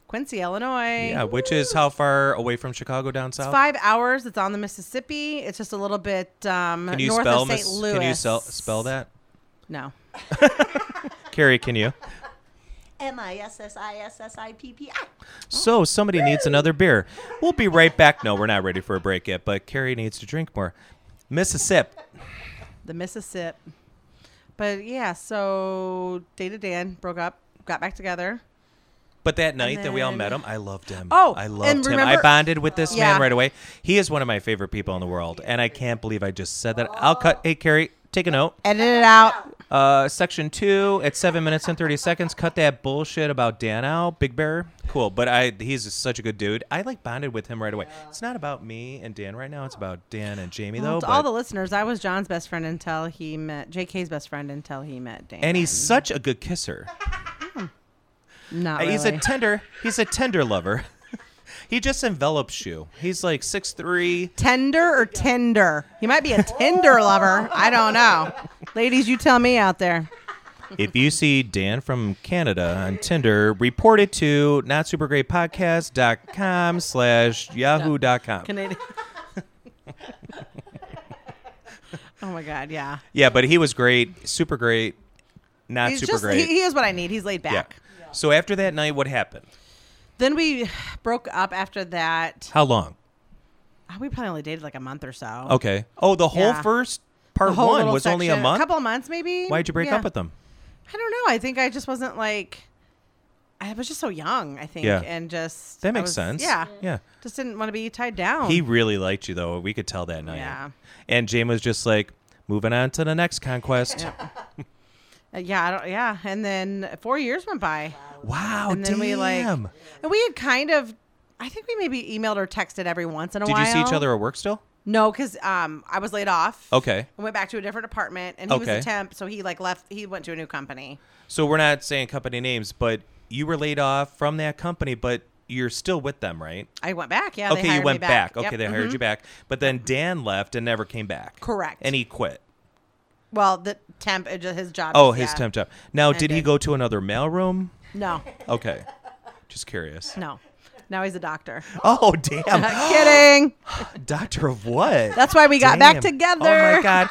Speaker 3: Quincy, Illinois.
Speaker 2: Yeah, which is how far away from Chicago down
Speaker 3: It's
Speaker 2: south?
Speaker 3: five hours. It's on the Mississippi. It's just a little bit um,
Speaker 2: Can you
Speaker 3: north
Speaker 2: spell
Speaker 3: of St.
Speaker 2: Miss-
Speaker 3: Louis.
Speaker 2: Can you sell, spell that?
Speaker 3: No.
Speaker 2: Carrie, can you?
Speaker 1: M I S S I S S I P P I.
Speaker 2: So somebody needs another beer. We'll be right back. No, we're not ready for a break yet, but Carrie needs to drink more. Mississippi.
Speaker 3: the Mississippi. But yeah, so dated Dan, broke up, got back together,
Speaker 2: But that night that we all
Speaker 1: then-
Speaker 2: met him, I loved him.
Speaker 3: Oh,
Speaker 2: I
Speaker 3: and
Speaker 2: loved him. I
Speaker 3: remember-
Speaker 2: bonded with this
Speaker 3: Yeah.
Speaker 2: man right away. He is one of my favorite people in the world, and I can't believe I just said that. I'll cut. Hey, Carrie, take a note.
Speaker 3: Edit it out.
Speaker 2: Uh, section two at seven minutes and thirty seconds. Cut that bullshit about Dan out, Big Bear. Cool, but I he's just such a good dude. I like bonded with him right away. It's not about me and Dan right now. It's about Dan and Jamie
Speaker 3: Well,
Speaker 2: though.
Speaker 3: to
Speaker 2: Oh, but-
Speaker 3: all the listeners, I was John's best friend until he met JK's best friend until he met Dan.
Speaker 2: and he's such a good kisser. Uh,
Speaker 3: not really.
Speaker 2: He's a tender. He's a tender lover. he just envelops you. He's like six three.
Speaker 3: tender or tender. He might be a tender lover. I don't know. Ladies, you tell me out there.
Speaker 2: if you see Dan from Canada on Tinder, report it to notsupergreatpodcast.com slash yahoo.com.
Speaker 3: Canadian. oh my God! Yeah,
Speaker 2: Yeah, but he was great, super great, not
Speaker 3: he's
Speaker 2: super
Speaker 3: just
Speaker 2: great.
Speaker 3: he, he is what I need. He's laid
Speaker 2: yeah.
Speaker 3: back.
Speaker 2: So after that night, what happened?
Speaker 3: Then we broke up after that.
Speaker 2: How long?
Speaker 3: Oh, We probably only dated like a month or so.
Speaker 2: Okay. Oh, the whole
Speaker 3: Yeah.
Speaker 2: first
Speaker 3: The
Speaker 2: part
Speaker 3: whole
Speaker 2: one
Speaker 3: little
Speaker 2: was only a
Speaker 3: section-
Speaker 2: month.
Speaker 3: couple of months maybe.
Speaker 2: Why'd you break
Speaker 3: Yeah.
Speaker 2: up with them?
Speaker 3: I don't know. I think I just wasn't like. I was just so young. I think.
Speaker 2: Yeah.
Speaker 3: And just I
Speaker 2: That makes
Speaker 3: was-
Speaker 2: sense.
Speaker 3: Yeah.
Speaker 2: Yeah.
Speaker 3: Just didn't want to be tied down.
Speaker 2: He really liked you though. We could tell that night.
Speaker 3: Yeah.
Speaker 2: And Jane was just like, moving on to the next conquest.
Speaker 3: Uh, yeah. I don't. Yeah. And then four years went by.
Speaker 2: Wow.
Speaker 3: and then
Speaker 2: damn.
Speaker 3: we like and we had kind of i think we maybe emailed or texted every once in a
Speaker 2: Did
Speaker 3: while
Speaker 2: you see each other at work still?
Speaker 3: no because um i was laid off
Speaker 2: Okay.
Speaker 3: I went back to a different apartment and he
Speaker 2: Okay.
Speaker 3: was a temp so he like left he went to a new company
Speaker 2: So we're not saying company names, but you were laid off from that company, but you're still with them, right?
Speaker 3: i went back yeah they
Speaker 2: okay,
Speaker 3: hired
Speaker 2: you
Speaker 3: me
Speaker 2: went
Speaker 3: back,
Speaker 2: Okay,
Speaker 3: Yep. Mm-hmm.
Speaker 2: they hired you back. But then Dan left and never came back.
Speaker 3: Correct.
Speaker 2: And he quit.
Speaker 3: well the temp it just his job
Speaker 2: Oh,
Speaker 3: is-
Speaker 2: his
Speaker 3: yeah.
Speaker 2: temp job. Now, did he
Speaker 3: Ended.
Speaker 2: go to another mailroom?
Speaker 3: no
Speaker 2: Okay. Just curious.
Speaker 3: no now he's a doctor
Speaker 2: Oh, damn.
Speaker 3: kidding
Speaker 2: Doctor of what?
Speaker 3: that's why we got back
Speaker 2: Damn.
Speaker 3: together
Speaker 2: Oh, my God.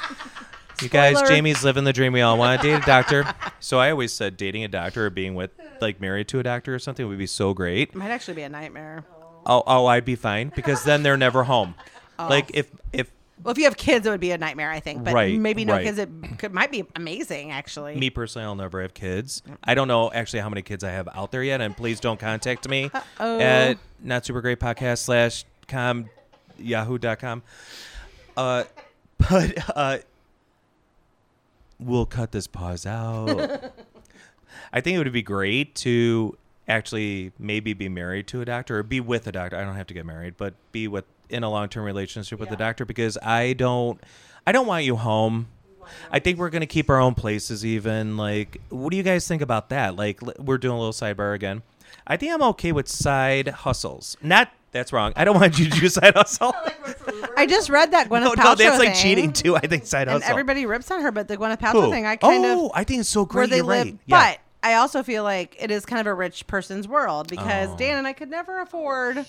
Speaker 2: You guys,
Speaker 3: Spoiler.
Speaker 2: Jamie's living the dream. We all want to date a doctor. So I always said dating a doctor or being with, like, married to a doctor or something would be so great.
Speaker 3: might actually be a nightmare
Speaker 2: Oh, oh, I'd be fine because then they're never home.
Speaker 3: Oh.
Speaker 2: Like if if
Speaker 3: well if you have kids it would be a nightmare i think but
Speaker 2: Right,
Speaker 3: maybe no
Speaker 2: right.
Speaker 3: kids it could, might be amazing actually
Speaker 2: me personally, I'll never have kids. I don't know actually how many kids I have out there yet, and please don't contact me
Speaker 3: Uh-oh.
Speaker 2: at not super great podcast slash com yahoo.com. Uh, but uh, we'll cut this pause out. I think it would be great to actually maybe be married to a doctor or be with a doctor. I don't have to get married, but be with in a long-term relationship with a doctor because I don't I don't want you home. I think we're going to keep our own places even like what do you guys think about that? Like l- we're doing a little sidebar again. I think I'm okay with side hustles. Not that's wrong. I don't want you to do side hustle.
Speaker 3: i just read that gwyneth
Speaker 2: no,
Speaker 3: paltrow
Speaker 2: no, that's like
Speaker 3: thing.
Speaker 2: cheating too. I think side
Speaker 3: and
Speaker 2: hustle.
Speaker 3: everybody rips on her, but the Gwyneth Paltrow
Speaker 2: Who?
Speaker 3: thing, I kind
Speaker 2: oh,
Speaker 3: of
Speaker 2: I think it's so great.
Speaker 3: where they
Speaker 2: You're
Speaker 3: live.
Speaker 2: right. Yeah.
Speaker 3: But I also feel like it is kind of a rich person's world because
Speaker 2: Oh.
Speaker 3: Dan and I could never afford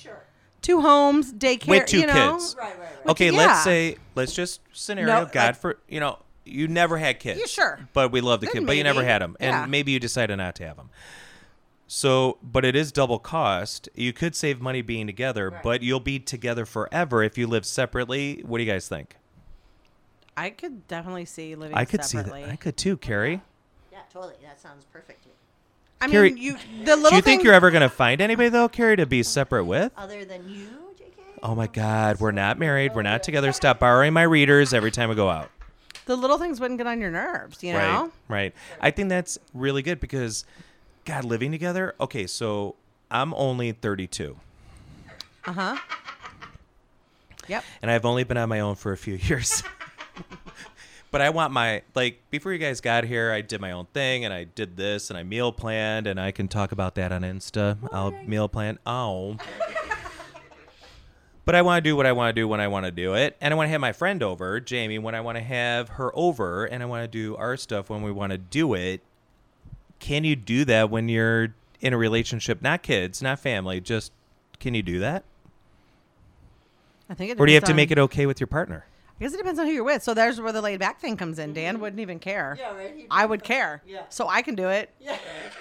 Speaker 3: two homes, daycare,
Speaker 2: with two
Speaker 3: you know.
Speaker 2: kids.
Speaker 1: Right, right, right.
Speaker 2: Okay,
Speaker 3: yeah.
Speaker 2: let's say let's just scenario.
Speaker 3: No,
Speaker 2: God
Speaker 3: like-
Speaker 2: for you know you never had kids.
Speaker 3: Yeah, sure.
Speaker 2: But we love the
Speaker 3: Then
Speaker 2: kid, but you never
Speaker 3: maybe.
Speaker 2: had them, and
Speaker 3: Yeah.
Speaker 2: maybe you decided not to have them. So, but it is double cost. You could save money being together, but you'll be together forever if you live separately. What do you guys think?
Speaker 3: I could definitely see living
Speaker 2: I could
Speaker 3: separately.
Speaker 2: see that. I could too, Carrie.
Speaker 1: Yeah, totally. That sounds perfect to me.
Speaker 3: I mean,
Speaker 2: Carrie,
Speaker 3: you the little
Speaker 2: Do you think
Speaker 3: thing-
Speaker 2: you're ever going to find anybody though, Carrie, to be separate with?
Speaker 1: Other than you, JK?
Speaker 2: Oh my God, we're not married. We're not together. Stop borrowing my readers every time we go out.
Speaker 3: the little things wouldn't get on your nerves, you know.
Speaker 2: Right, right. I think that's really good because, God, living together. Okay, so I'm only 32,
Speaker 3: Uh huh. Yep.
Speaker 2: and I've only been on my own for a few years. but I want my like before you guys got here, I did my own thing, and I did this, and I meal planned, and I can talk about that on Insta. I'll meal plan. Oh. But I want to do what I want to do when I want to do it. And I want to have my friend over, Jamie, when I want to have her over. And I want to do our stuff when we want to do it. Can you do that when you're in a relationship? Not kids, not family, just can you do that?
Speaker 3: I think it.
Speaker 2: Or do you have to
Speaker 3: depends
Speaker 2: make
Speaker 3: on-
Speaker 2: it okay with your partner?
Speaker 3: I guess it depends on who you're with. So there's where the laid back thing comes in. Dan wouldn't even care.
Speaker 1: Yeah, right? He'd
Speaker 3: I
Speaker 1: be
Speaker 3: would care.
Speaker 1: Yeah.
Speaker 3: So I can do it.
Speaker 1: Yeah.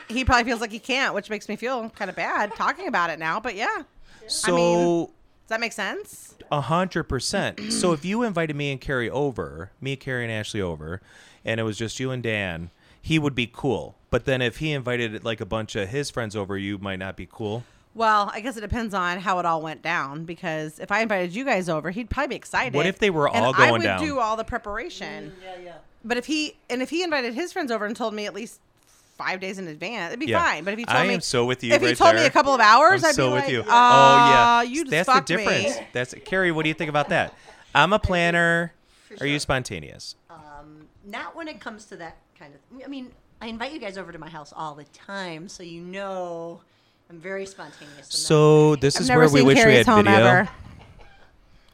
Speaker 3: he probably feels like he can't, which makes me feel kind of bad talking about it now. But yeah,
Speaker 2: So.
Speaker 3: mean- does that make sense?
Speaker 2: A hundred percent. So if you invited me and Carrie over, me, Carrie, and Ashley over, and it was just you and Dan, he would be cool. But then if he invited like a bunch of his friends over, you might not be cool.
Speaker 3: Well, I guess it depends on how it all went down because if I invited you guys over, he'd probably be excited.
Speaker 2: What if they were
Speaker 3: and
Speaker 2: all
Speaker 3: I
Speaker 2: going
Speaker 3: would
Speaker 2: down?
Speaker 3: do all the preparation.
Speaker 1: Yeah, yeah.
Speaker 3: But if he and if he invited his friends over and told me at least five days in advance, it'd be
Speaker 2: Yeah.
Speaker 3: fine. But if he told
Speaker 2: I
Speaker 3: me
Speaker 2: am so with you
Speaker 3: if he
Speaker 2: right
Speaker 3: told me
Speaker 2: there.
Speaker 3: a couple of hours,
Speaker 2: I'm
Speaker 3: would
Speaker 2: so
Speaker 3: be
Speaker 2: with
Speaker 3: like,
Speaker 2: you.
Speaker 3: "Uh,
Speaker 2: oh yeah,
Speaker 3: you just
Speaker 2: that's
Speaker 3: fucked
Speaker 2: the difference.
Speaker 3: Me.
Speaker 2: That's Carrie. What do you think about that? I'm a planner. Are you
Speaker 1: sure.
Speaker 2: spontaneous?
Speaker 1: Um, not when it comes to that kind of. I mean, I invite you guys over to my house all the time, so you know I'm very spontaneous. in that
Speaker 2: So this
Speaker 3: I've
Speaker 2: is
Speaker 3: never
Speaker 2: where we
Speaker 3: seen
Speaker 2: wish we had
Speaker 3: Carrie's home
Speaker 2: video.
Speaker 3: ever.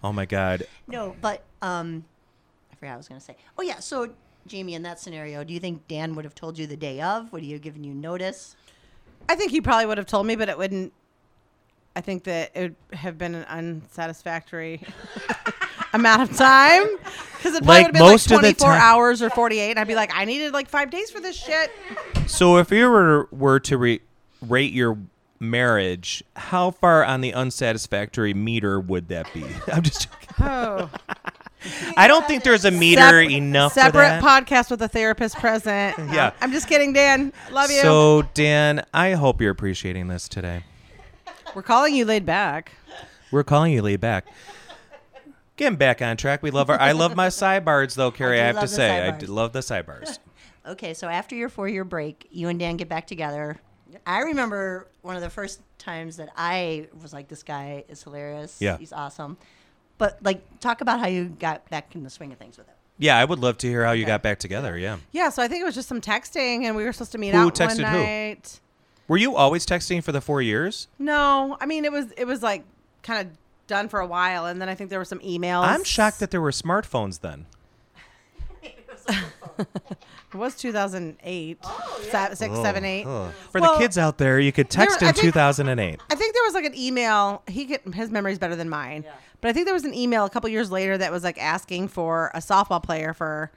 Speaker 2: Oh my god.
Speaker 1: No, but um, I forgot what I was going to say. Oh yeah, so Jamie, in that scenario, do you think Dan would have told you the day of? Would he have given you notice?
Speaker 3: I think he probably would have told me, but it wouldn't. I think that it would have been an unsatisfactory amount of time because it probably
Speaker 2: Like
Speaker 3: would have been
Speaker 2: most
Speaker 3: like
Speaker 2: of the
Speaker 3: 24
Speaker 2: time-
Speaker 3: hours or 48. And I'd be like, I needed like five days for this shit.
Speaker 2: So if you were were to re- rate your marriage, how far on the unsatisfactory meter would that be? I'm just joking.
Speaker 3: Oh,
Speaker 2: I don't think there's a meter
Speaker 3: Sep-
Speaker 2: enough for
Speaker 3: separate
Speaker 2: that.
Speaker 3: podcast with a therapist present.
Speaker 2: Yeah.
Speaker 3: I'm just kidding, Dan. Love you.
Speaker 2: so Dan, I hope you're appreciating this today.
Speaker 3: We're calling you laid back.
Speaker 2: We're calling you Lee back. Getting back on track. We love our. I love my sidebars though, Carrie.
Speaker 1: do
Speaker 2: I, have to
Speaker 1: love the
Speaker 2: say, I
Speaker 1: sidebars.
Speaker 2: do love the sidebars.
Speaker 1: Okay, so after your four-year break, you and Dan get back together. I remember one of the first times that I was like, "This guy is hilarious.
Speaker 2: Yeah.
Speaker 1: he's awesome." But like, talk about how you got back in the swing of things with him.
Speaker 2: Yeah, I would love to hear how you got back together. Yeah,
Speaker 3: Yeah. So I think it was just some texting and we were supposed to meet
Speaker 2: Who
Speaker 3: out
Speaker 2: texted
Speaker 3: one
Speaker 2: who?
Speaker 3: night.
Speaker 2: were you always texting for the four years?
Speaker 3: No, I mean it was it was like kind of done for a while, and then I think there were some emails.
Speaker 2: I'm shocked that there were smartphones then.
Speaker 3: it was 2008, Se- six,
Speaker 2: Oh,
Speaker 3: seven, eight.
Speaker 2: oh. For
Speaker 3: Well,
Speaker 2: the kids out there, you could text
Speaker 3: there- I
Speaker 2: in
Speaker 3: think-
Speaker 2: 2008.
Speaker 3: I think there was like an email. He could, his memory's better than mine, but I think there was an email a couple years later that was like asking for a softball player for.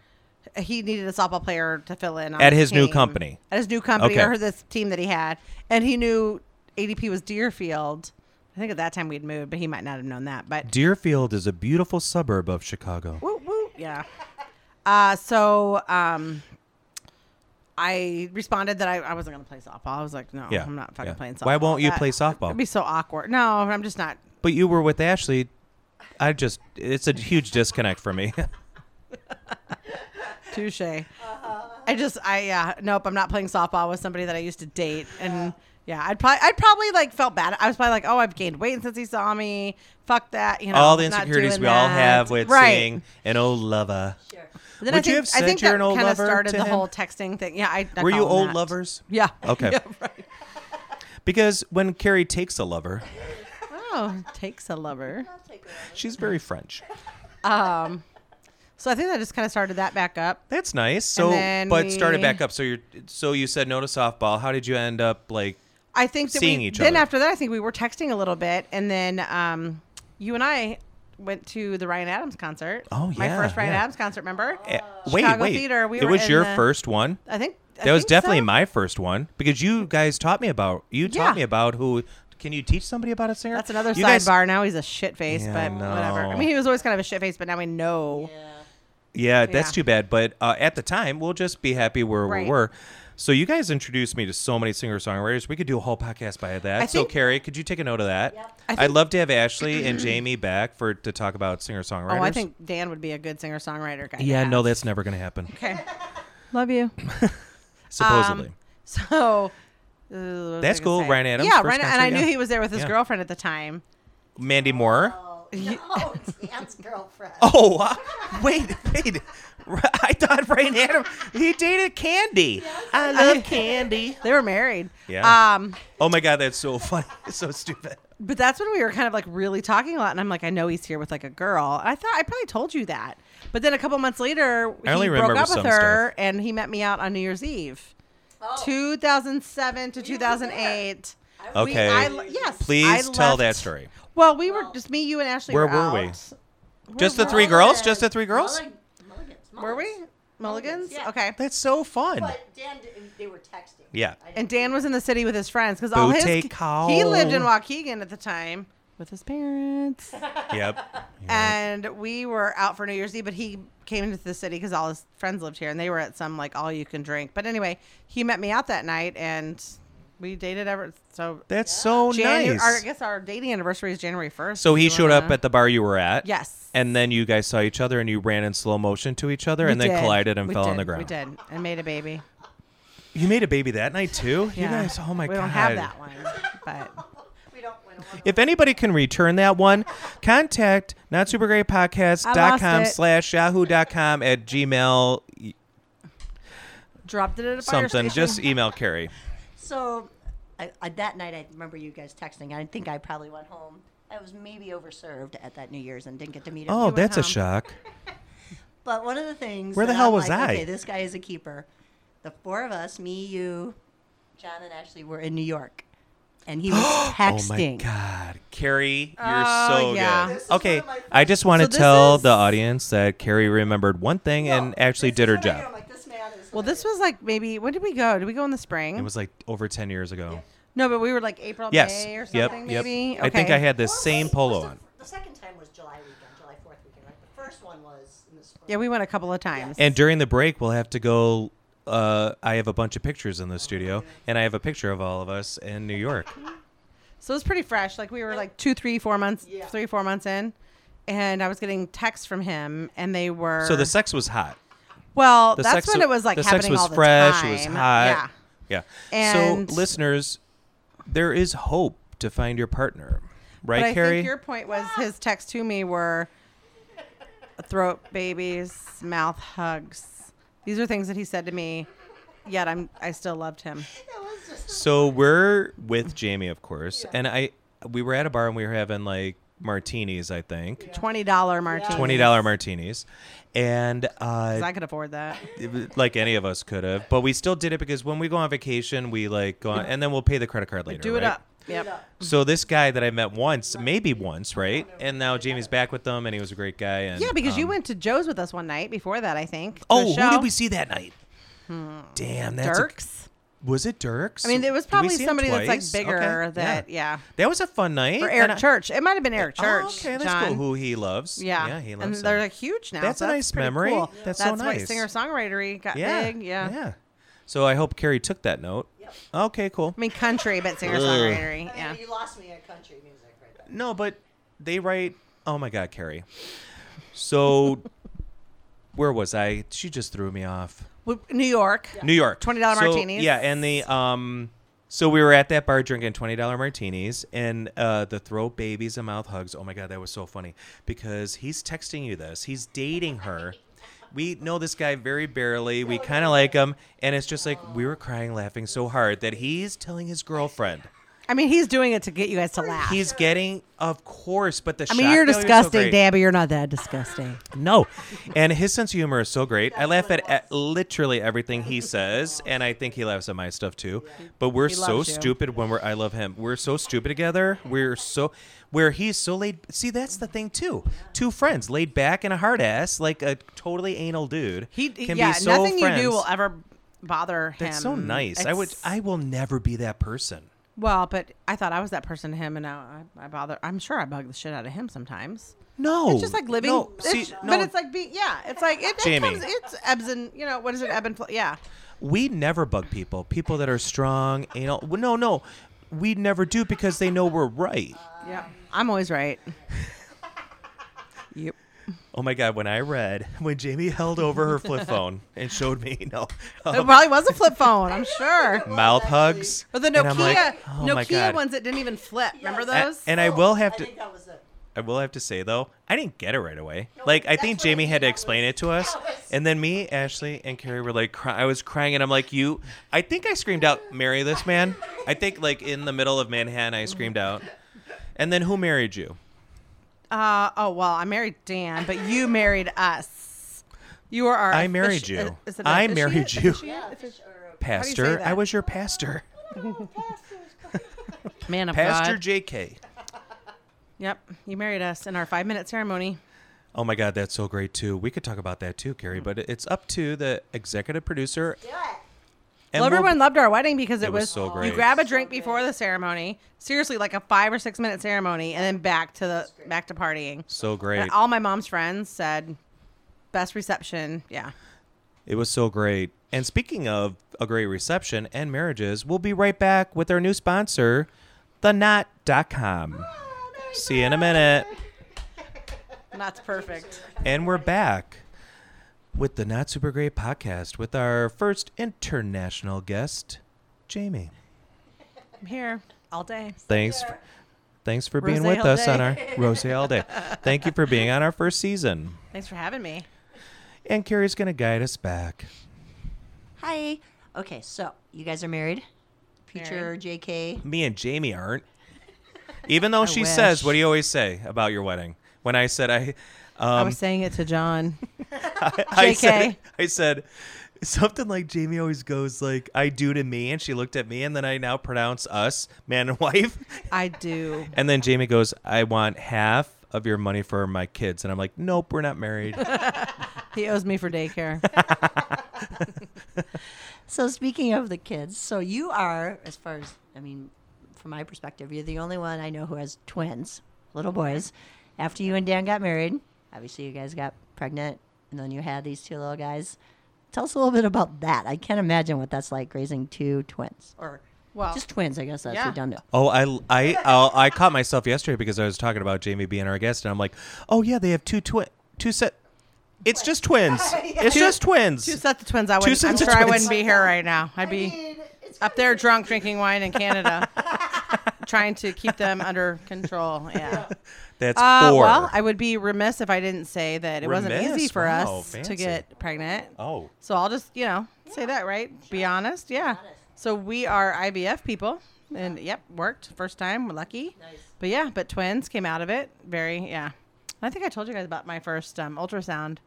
Speaker 3: He needed a softball player to fill in on
Speaker 2: At his new
Speaker 3: team.
Speaker 2: company.
Speaker 3: At his new company
Speaker 2: Okay.
Speaker 3: or this team that he had, and he knew ADP was Deerfield. I think at that time we'd moved, but he might not have known that. But
Speaker 2: Deerfield is a beautiful suburb of Chicago.
Speaker 3: Woo, woo. Yeah. Uh, so um, I responded that I, I wasn't going to play softball. I was like, no,
Speaker 2: Yeah,
Speaker 3: I'm not fucking
Speaker 2: yeah.
Speaker 3: playing softball.
Speaker 2: Why won't you
Speaker 3: That-
Speaker 2: play softball?
Speaker 3: It'd be so awkward. No, I'm just not.
Speaker 2: But you were with Ashley. I just, it's a huge disconnect for me.
Speaker 3: Touche. I just, I, yeah, nope, I'm not playing softball with somebody that I used to date. And yeah, I'd probably, I'd probably like felt bad. I was probably like, oh, I've gained weight since he saw me. Fuck that. You know,
Speaker 2: all the
Speaker 3: not
Speaker 2: insecurities
Speaker 3: doing
Speaker 2: we all
Speaker 3: that.
Speaker 2: have with
Speaker 3: right.
Speaker 2: seeing an old lover.
Speaker 3: But Then I
Speaker 2: Would you
Speaker 3: think,
Speaker 2: have said
Speaker 3: I think
Speaker 2: you're
Speaker 3: that
Speaker 2: an old
Speaker 3: kinda
Speaker 2: lover
Speaker 3: started
Speaker 2: to
Speaker 3: the
Speaker 2: him?
Speaker 3: whole texting thing. Yeah. I, I
Speaker 2: Were you
Speaker 3: call him
Speaker 2: old
Speaker 3: that.
Speaker 2: lovers?
Speaker 3: Yeah.
Speaker 2: Okay.
Speaker 3: Yeah, right.
Speaker 2: Because when Carrie takes a lover,
Speaker 3: Oh, takes a lover.
Speaker 2: she's very French.
Speaker 3: Um, so I think that just kind of started that back up.
Speaker 2: That's nice. So,
Speaker 3: then
Speaker 2: but started
Speaker 3: we-
Speaker 2: back up. So you're, so you said no to softball. How did you end up like?
Speaker 3: I think that
Speaker 2: Seeing
Speaker 3: we,
Speaker 2: each
Speaker 3: then
Speaker 2: other.
Speaker 3: after that, I think we were texting a little bit, and then um, you and I went to the Ryan Adams concert.
Speaker 2: Oh,
Speaker 3: my
Speaker 2: yeah,
Speaker 3: first Ryan
Speaker 2: yeah.
Speaker 3: Adams concert. Remember?
Speaker 2: eh,
Speaker 3: Uh, Chicago
Speaker 2: wait, wait.
Speaker 3: theater, we
Speaker 2: it
Speaker 3: were
Speaker 2: was
Speaker 3: in
Speaker 2: your
Speaker 3: the-
Speaker 2: first one.
Speaker 3: I think I
Speaker 2: That was
Speaker 3: think
Speaker 2: definitely
Speaker 3: so.
Speaker 2: my first one because you guys taught me about. You taught
Speaker 3: Yeah.
Speaker 2: me about who. Can you teach somebody about a singer?
Speaker 3: That's another
Speaker 2: you guys-
Speaker 3: sidebar. Now he's a shit face,
Speaker 2: Yeah, I
Speaker 3: but whatever. I
Speaker 2: know.
Speaker 3: mean, he was always kind of a shit face, but now we know.
Speaker 2: Yeah, that's
Speaker 3: Yeah.
Speaker 2: too bad. But uh, at the time, we'll just be happy where
Speaker 3: Right.
Speaker 2: we were. So you guys introduced me to so many singer songwriters. We could do a whole podcast by that.
Speaker 3: I
Speaker 2: so
Speaker 3: think-
Speaker 2: Carrie, could you take a note of that?
Speaker 3: I
Speaker 2: I'd
Speaker 3: think-
Speaker 2: love to have Ashley and Jamie back for to talk about singer songwriters.
Speaker 3: Oh, I think Dan would be a good singer songwriter guy. to
Speaker 2: Yeah,
Speaker 3: have.
Speaker 2: no, that's never going to happen.
Speaker 3: okay. Love you.
Speaker 2: Supposedly,
Speaker 3: So uh, what was
Speaker 2: That's
Speaker 3: I gonna
Speaker 2: cool,
Speaker 3: say?
Speaker 2: Ryan Adams,
Speaker 3: Yeah,
Speaker 2: first
Speaker 3: Ryan, and
Speaker 2: concert,
Speaker 3: I knew
Speaker 2: yeah.
Speaker 3: he was there with his
Speaker 2: Yeah.
Speaker 3: girlfriend at the time.
Speaker 2: Mandy Moore.
Speaker 1: Oh, no, Dan's girlfriend.
Speaker 2: Oh, uh, wait, wait. I thought Ryan Adam he dated Candy. I love Candy.
Speaker 3: They were married.
Speaker 2: Yeah.
Speaker 3: Um,
Speaker 2: Oh my god, that's so funny. It's so stupid.
Speaker 3: but that's when we were kind of like really talking a lot, and I'm like, I know he's here with like a girl. I thought I probably told you that, but then a couple months later,
Speaker 2: I only
Speaker 3: he broke
Speaker 2: remember
Speaker 3: up with
Speaker 2: some
Speaker 3: her, and he met me out on New Year's Eve,
Speaker 1: Oh.
Speaker 2: Oh,
Speaker 3: 2007 to 2008. We-
Speaker 2: Okay.
Speaker 3: I l- yes.
Speaker 2: Please
Speaker 3: I
Speaker 2: tell
Speaker 3: left-
Speaker 2: that story.
Speaker 3: Well, we were just me, you, and Ashley.
Speaker 2: Where
Speaker 3: were,
Speaker 2: were we?
Speaker 3: out.
Speaker 2: Just the three girls? Just the three girls?
Speaker 1: Mullig- Mulligans.
Speaker 3: Were we?
Speaker 1: Mulligans.
Speaker 3: Mulligans?
Speaker 1: Yeah.
Speaker 3: Okay.
Speaker 2: That's so fun.
Speaker 1: But Dan, didn't- they were texting.
Speaker 2: Yeah.
Speaker 1: I didn't-
Speaker 3: And Dan was in the city with his friends because all his
Speaker 2: Boutique Hall.
Speaker 3: he lived in Waukegan at the time. with his parents.
Speaker 2: Yep. You're right.
Speaker 3: and we were out for New Year's Eve, but he came into the city because all his friends lived here, and they were at some like all you can drink. But anyway, he met me out that night, and we dated ever. So
Speaker 2: That's so
Speaker 3: Janu-
Speaker 2: Oh, nice.
Speaker 3: our- I guess our dating anniversary is January first.
Speaker 2: so he showed up at the bar you were at.
Speaker 3: yes,
Speaker 2: And then you guys saw each other and you ran in slow motion to each other and
Speaker 3: We
Speaker 2: then
Speaker 3: did.
Speaker 2: collided and
Speaker 3: We
Speaker 2: fell on
Speaker 3: did.
Speaker 2: the ground.
Speaker 3: We did, and made a baby.
Speaker 2: You made a baby that night too? You
Speaker 3: Yeah.
Speaker 2: guys, oh my
Speaker 3: we
Speaker 2: god.
Speaker 3: don't have that one, but
Speaker 1: We don't
Speaker 2: If anybody can return that one, contact
Speaker 3: I lost
Speaker 2: notsupergreatpodcast.com
Speaker 3: it.
Speaker 2: slash yahoo.com at gmail
Speaker 3: dropped it at a fire
Speaker 2: something.
Speaker 3: station.
Speaker 2: Just email Carrie.
Speaker 1: So I, I, that night, I remember you guys texting. I think I probably went home. I was maybe overserved at that New Year's and didn't get to meet him.
Speaker 2: Oh, that's a
Speaker 3: home.
Speaker 2: shock.
Speaker 1: But one of the things.
Speaker 2: Where the
Speaker 1: that
Speaker 2: hell
Speaker 1: I'm
Speaker 2: was
Speaker 1: like,
Speaker 2: I?
Speaker 1: Okay, this guy is a keeper. The four of us, me, you, John, and Ashley, were in New York, and he was
Speaker 2: Oh my
Speaker 1: texting.
Speaker 2: god. Carrie, you're
Speaker 3: Oh,
Speaker 2: so
Speaker 3: yeah.
Speaker 2: good.
Speaker 3: This
Speaker 1: is one
Speaker 2: Okay,
Speaker 1: of my
Speaker 2: I just want
Speaker 3: So
Speaker 2: to
Speaker 3: this
Speaker 2: tell the
Speaker 3: is-
Speaker 2: audience that Carrie remembered one thing and actually did her job.
Speaker 3: well, this was like maybe when did we go? Did we go in the spring?
Speaker 2: It was like over 10 years ago.
Speaker 3: no, but we were like April,
Speaker 2: Yes.
Speaker 3: May or
Speaker 2: Yep.
Speaker 3: something.
Speaker 2: Yep.
Speaker 3: Maybe.
Speaker 2: I think
Speaker 3: Okay.
Speaker 2: I had the same polo on.
Speaker 1: The second time was July weekend, July Fourth weekend. Right? The first one was in the spring.
Speaker 3: Yeah, we went a couple of times.
Speaker 2: And during the break, we'll have to go. Uh, I have a bunch of pictures in the studio, and I have a picture of all of us in New York.
Speaker 3: So it was pretty fresh. Like we were like two, three, four months,
Speaker 1: Yeah.
Speaker 3: three, four months in, and I was getting texts from him, and they were
Speaker 2: So the sex was hot.
Speaker 3: well,
Speaker 2: The
Speaker 3: that's
Speaker 2: sex
Speaker 3: when
Speaker 2: wa-
Speaker 3: it was like
Speaker 2: the
Speaker 3: happening
Speaker 2: sex was
Speaker 3: all the
Speaker 2: fresh.
Speaker 3: time.
Speaker 2: It was hot. Yeah.
Speaker 3: And-
Speaker 2: so listeners, there is hope to find your partner, right,
Speaker 3: but I
Speaker 2: Carrie?
Speaker 3: think your point was his texts to me were throat babies, mouth hugs. These are things that he said to me. Yet I'm I still loved him.
Speaker 1: That was just.
Speaker 2: So we're with Jamie, of course, and I. We were at a bar and we were having like martinis, I think,
Speaker 3: Twenty dollar martini.
Speaker 2: twenty dollar martinis, and uh,
Speaker 3: 'Cause I could afford that.
Speaker 2: it was- like any of us could have, but we still did it because when we go on vacation, we like go on, and then we'll pay the credit card later.
Speaker 3: Do it
Speaker 2: right?
Speaker 3: up. Yep.
Speaker 2: So this guy that I met once, maybe once, right? And now Jamie's back with them, and he was a great guy. And
Speaker 3: Yeah, because you
Speaker 2: um,
Speaker 3: went to Joe's with us one night before that, I think. to a
Speaker 2: Oh, who
Speaker 3: show. Hmm.
Speaker 2: did we see that night? Damn, that's a-
Speaker 3: Dirks?
Speaker 2: was it Dirks?
Speaker 3: I mean, it was
Speaker 2: Did we
Speaker 3: probably
Speaker 2: see him
Speaker 3: somebody that's
Speaker 2: twice?
Speaker 3: like bigger
Speaker 2: Okay,
Speaker 3: that,
Speaker 2: yeah.
Speaker 3: yeah.
Speaker 2: That was a fun night.
Speaker 3: Or
Speaker 2: and I-
Speaker 3: Eric Church. It might have been Eric
Speaker 2: Oh,
Speaker 3: Church.
Speaker 2: okay, that's
Speaker 3: John.
Speaker 2: cool. Who he loves?
Speaker 3: Yeah.
Speaker 2: yeah, he
Speaker 3: And
Speaker 2: loves.
Speaker 3: they're
Speaker 2: him.
Speaker 3: like huge now.
Speaker 2: That's
Speaker 3: so
Speaker 2: a nice
Speaker 3: pretty
Speaker 2: memory.
Speaker 3: Cool.
Speaker 2: That's so
Speaker 3: that's why
Speaker 2: nice.
Speaker 3: singer songwritery got
Speaker 2: yeah,
Speaker 3: big. Yeah.
Speaker 2: yeah. So I hope Carrie took that note. Okay, cool.
Speaker 3: I mean, country, but singer
Speaker 1: I
Speaker 3: songwritery. Yeah.
Speaker 1: mean, you lost me at country music right there.
Speaker 2: No, but they write. Oh my God, Carrie. So, where was I? She just threw me off.
Speaker 3: W- New York.
Speaker 2: New York.
Speaker 3: $20
Speaker 2: So,
Speaker 3: martinis.
Speaker 2: Yeah, and the um. So we were at that bar drinking twenty dollar martinis, and uh, the throat babies and mouth hugs. Oh my God, that was so funny because he's texting you this. He's dating her. We know this guy very barely. We kind of like him, and it's just like we were crying, laughing so hard that he's telling his girlfriend.
Speaker 3: I mean, he's doing it to get you guys to laugh.
Speaker 2: He's getting, of course, but the.
Speaker 3: I mean,
Speaker 2: shock
Speaker 3: you're
Speaker 2: value is so
Speaker 3: disgusting,
Speaker 2: great.
Speaker 3: Dabby. You're not that disgusting.
Speaker 2: No. And his sense of humor is so great. I laugh at, at literally everything he says, and I think he laughs at my stuff too. But we're so
Speaker 3: loves you.
Speaker 2: stupid when we're I love him. We're so stupid together. We're so where he's so laid See, that's the thing too. Two friends laid back and a hard ass like a totally anal dude.
Speaker 3: He,
Speaker 2: can
Speaker 3: yeah,
Speaker 2: be so
Speaker 3: nothing
Speaker 2: friends.
Speaker 3: you do will ever bother him.
Speaker 2: That's so nice. I would
Speaker 3: It's-
Speaker 2: I will never be that person.
Speaker 3: Well, but I thought I was that person to him, and now I, I bother. I'm sure I bug the shit out of him sometimes.
Speaker 2: No.
Speaker 3: It's just like living.
Speaker 2: No, see,
Speaker 3: it's-
Speaker 2: no,
Speaker 3: But it's like being, yeah, it's like, it, it
Speaker 2: Jamie.
Speaker 3: comes, it's ebbs and, you know, what is it, ebb and flow? Yeah.
Speaker 2: we never bug people. People that are strong, anal. well, No, no. We never do because they know we're right.
Speaker 3: Yeah. I'm always right. yep.
Speaker 2: Oh my god! When I read when Jamie held over her flip phone and showed me, no,
Speaker 3: It probably was a flip phone, I'm sure.
Speaker 2: mouth
Speaker 1: actually.
Speaker 2: hugs.
Speaker 3: But the
Speaker 2: and
Speaker 3: Nokia,
Speaker 2: I'm like, oh my
Speaker 3: Nokia
Speaker 2: God.
Speaker 3: ones that didn't even flip. Remember
Speaker 2: A-
Speaker 3: those?
Speaker 2: and I will have
Speaker 1: I
Speaker 2: to,
Speaker 1: think that was it.
Speaker 2: I will have to say though, I didn't get it right away. Like I
Speaker 1: that's
Speaker 2: think
Speaker 1: what
Speaker 2: Jamie
Speaker 1: I
Speaker 2: had to
Speaker 1: think
Speaker 2: explain
Speaker 1: that
Speaker 2: it to us,
Speaker 1: that was-
Speaker 2: and then me, Ashley, and Carrie were like, cry- I was crying, and I'm like, you. I think I screamed out, "Marry this man!" I think like in the middle of Manhattan, I screamed out, and then who married you?
Speaker 3: uh, oh, well, I married Dan, but you married us. You were our.
Speaker 2: I married
Speaker 3: offici-
Speaker 2: you.
Speaker 3: uh, is it
Speaker 2: I
Speaker 3: officiate?
Speaker 2: married you.
Speaker 3: Officiate?
Speaker 1: Yeah, fish or
Speaker 3: say
Speaker 2: Pastor, I
Speaker 3: that?
Speaker 2: was your pastor,
Speaker 3: Man of
Speaker 2: Pastor
Speaker 3: God.
Speaker 2: J.K.
Speaker 3: yep. You married us in our five minute ceremony.
Speaker 2: Oh my God, that's so great too. We could talk about that too, Carrie, but it's up to the executive producer
Speaker 1: do it.
Speaker 2: And
Speaker 3: well,
Speaker 2: we'll-
Speaker 3: everyone loved our wedding because it,
Speaker 2: It was so great.
Speaker 3: You grab a drink before the ceremony, seriously, like a five or six minute ceremony, and then back to the back to partying.
Speaker 2: So great.
Speaker 3: And all my mom's friends said, best reception. Yeah.
Speaker 2: It was so great. And speaking of a great reception and marriages, we'll be right back with our new sponsor, thenot.com.
Speaker 3: Oh,
Speaker 2: See you in a minute.
Speaker 3: That's perfect.
Speaker 2: And we're back with the Not Super Great podcast with our first international guest, Jamie.
Speaker 3: I'm here all day.
Speaker 2: Thanks. For, thanks for being
Speaker 3: Rosé
Speaker 2: with
Speaker 3: all
Speaker 2: us
Speaker 3: day.
Speaker 2: on our Rose all day. Thank you for being on our first season.
Speaker 3: Thanks for having me.
Speaker 2: And Carrie's going to guide us back.
Speaker 1: Hi. Okay, so you guys are married. Future JK.
Speaker 2: me and Jamie aren't. Even though she says,
Speaker 3: wish.
Speaker 2: "What do you always say about your wedding?" When I said I,
Speaker 3: I
Speaker 2: um,
Speaker 3: was saying it to John.
Speaker 2: I said,
Speaker 3: JK.
Speaker 2: I said something like Jamie always goes like I do to me, and she looked at me, and then I now pronounce us man and wife,
Speaker 3: I do.
Speaker 2: and then Jamie goes, "I want half of your money for my kids," and I'm like, "Nope, we're not married."
Speaker 3: He owes me for daycare.
Speaker 1: So speaking of the kids, so you are, as far as I mean, from my perspective, you're the only one I know who has twins, little boys. After you and Dan got married, obviously you guys got pregnant, and then you had these two little guys. Tell us a little bit about that. I can't imagine what that's like raising two twins, or
Speaker 3: Well,
Speaker 1: just twins. I guess that's
Speaker 3: yeah.
Speaker 1: redundant.
Speaker 2: Oh, I I I'll, I caught myself yesterday because I was talking about Jamie being our guest, and I'm like, "Oh yeah, they have two twin two set." It's just twins. It's just twins.
Speaker 3: two sets of twins. I wouldn't, I'm
Speaker 2: sets of
Speaker 3: sure I
Speaker 2: twins.
Speaker 3: wouldn't be here right now. I'd be up there drunk drinking wine in Canada, trying to keep them under control. Yeah.
Speaker 2: That's
Speaker 3: Uh,
Speaker 2: four.
Speaker 3: well, I would be remiss if I didn't say that it wasn't
Speaker 2: Remiss?
Speaker 3: easy for
Speaker 2: Wow,
Speaker 3: us
Speaker 2: fancy.
Speaker 3: to get pregnant.
Speaker 2: oh,
Speaker 3: So I'll just, you know, say that, right? Be honest. Yeah. So we are IVF people. And yep, worked. First time. We're lucky. But yeah, but twins came out of it. Very, yeah. I think I told you guys about my first um, ultrasound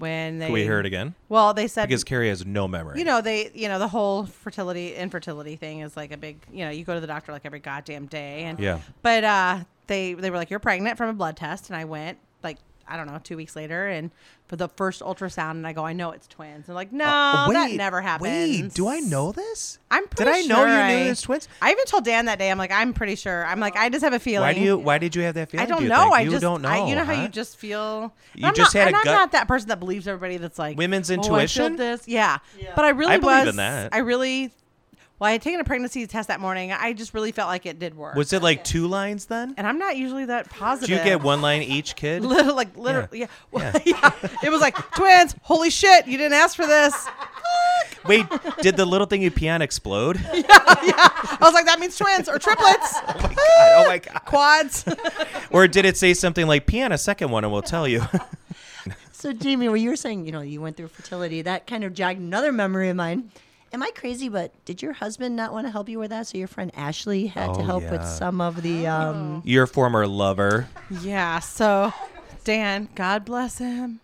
Speaker 3: when they.
Speaker 2: can we hear it again?
Speaker 3: Well, they said.
Speaker 2: Because Carrie has no memory.
Speaker 3: you know, they, you know, the whole fertility, infertility thing is like a big, you know, you go to the doctor like every goddamn day. And
Speaker 2: Yeah.
Speaker 3: but uh, they they were like, "You're pregnant from a blood test," and I went like I don't know, two weeks later, and for the first ultrasound, and I go, "I know it's twins." They're like, "No, that never happened."
Speaker 2: Uh, Wait, do I know this?
Speaker 3: I'm
Speaker 2: Did
Speaker 3: pretty
Speaker 2: I know
Speaker 3: sure
Speaker 2: you
Speaker 3: I-
Speaker 2: knew this twins?
Speaker 3: I even told Dan that day. I'm like, "I'm pretty sure." I'm like, "I just have a feeling."
Speaker 2: Why do you? Why did you have that feeling?
Speaker 3: I don't
Speaker 2: do you
Speaker 3: know.
Speaker 2: think?
Speaker 3: I
Speaker 2: you
Speaker 3: just
Speaker 2: don't know.
Speaker 3: I, you know how
Speaker 2: huh?
Speaker 3: you just feel. and
Speaker 2: You
Speaker 3: I'm
Speaker 2: just
Speaker 3: not,
Speaker 2: had
Speaker 3: and
Speaker 2: a
Speaker 3: I'm
Speaker 2: gut-
Speaker 3: not that person that believes everybody. That's like
Speaker 2: Women's
Speaker 3: "Oh, I feel
Speaker 2: intuition?"
Speaker 3: this, yeah. But I really
Speaker 2: I believe
Speaker 3: was.
Speaker 2: in that.
Speaker 3: I really. Well, I had taken a pregnancy test that morning. I just really felt like it did work.
Speaker 2: Was it like two lines then?
Speaker 3: and I'm not usually that positive.
Speaker 2: Did you get one line each, kid?
Speaker 3: Little, like literally, yeah. Well, yeah. It was like twins. Holy shit! You didn't ask for this.
Speaker 2: Wait, did the little thing you piano explode?
Speaker 3: I was like, that means twins or triplets,
Speaker 2: Oh my god! Oh my god!
Speaker 3: quads.
Speaker 2: Or did it say something like piano second one and we'll tell you?
Speaker 1: So, Jamie, when you were saying, you know, you went through fertility, that kind of jogged another memory of mine. Am I crazy? But did your husband not want to help you with that? So your friend Ashley had to
Speaker 2: Oh,
Speaker 1: help with
Speaker 2: yeah.
Speaker 1: some of the. Um,
Speaker 2: Your former lover.
Speaker 3: yeah. So, Dan, God bless him.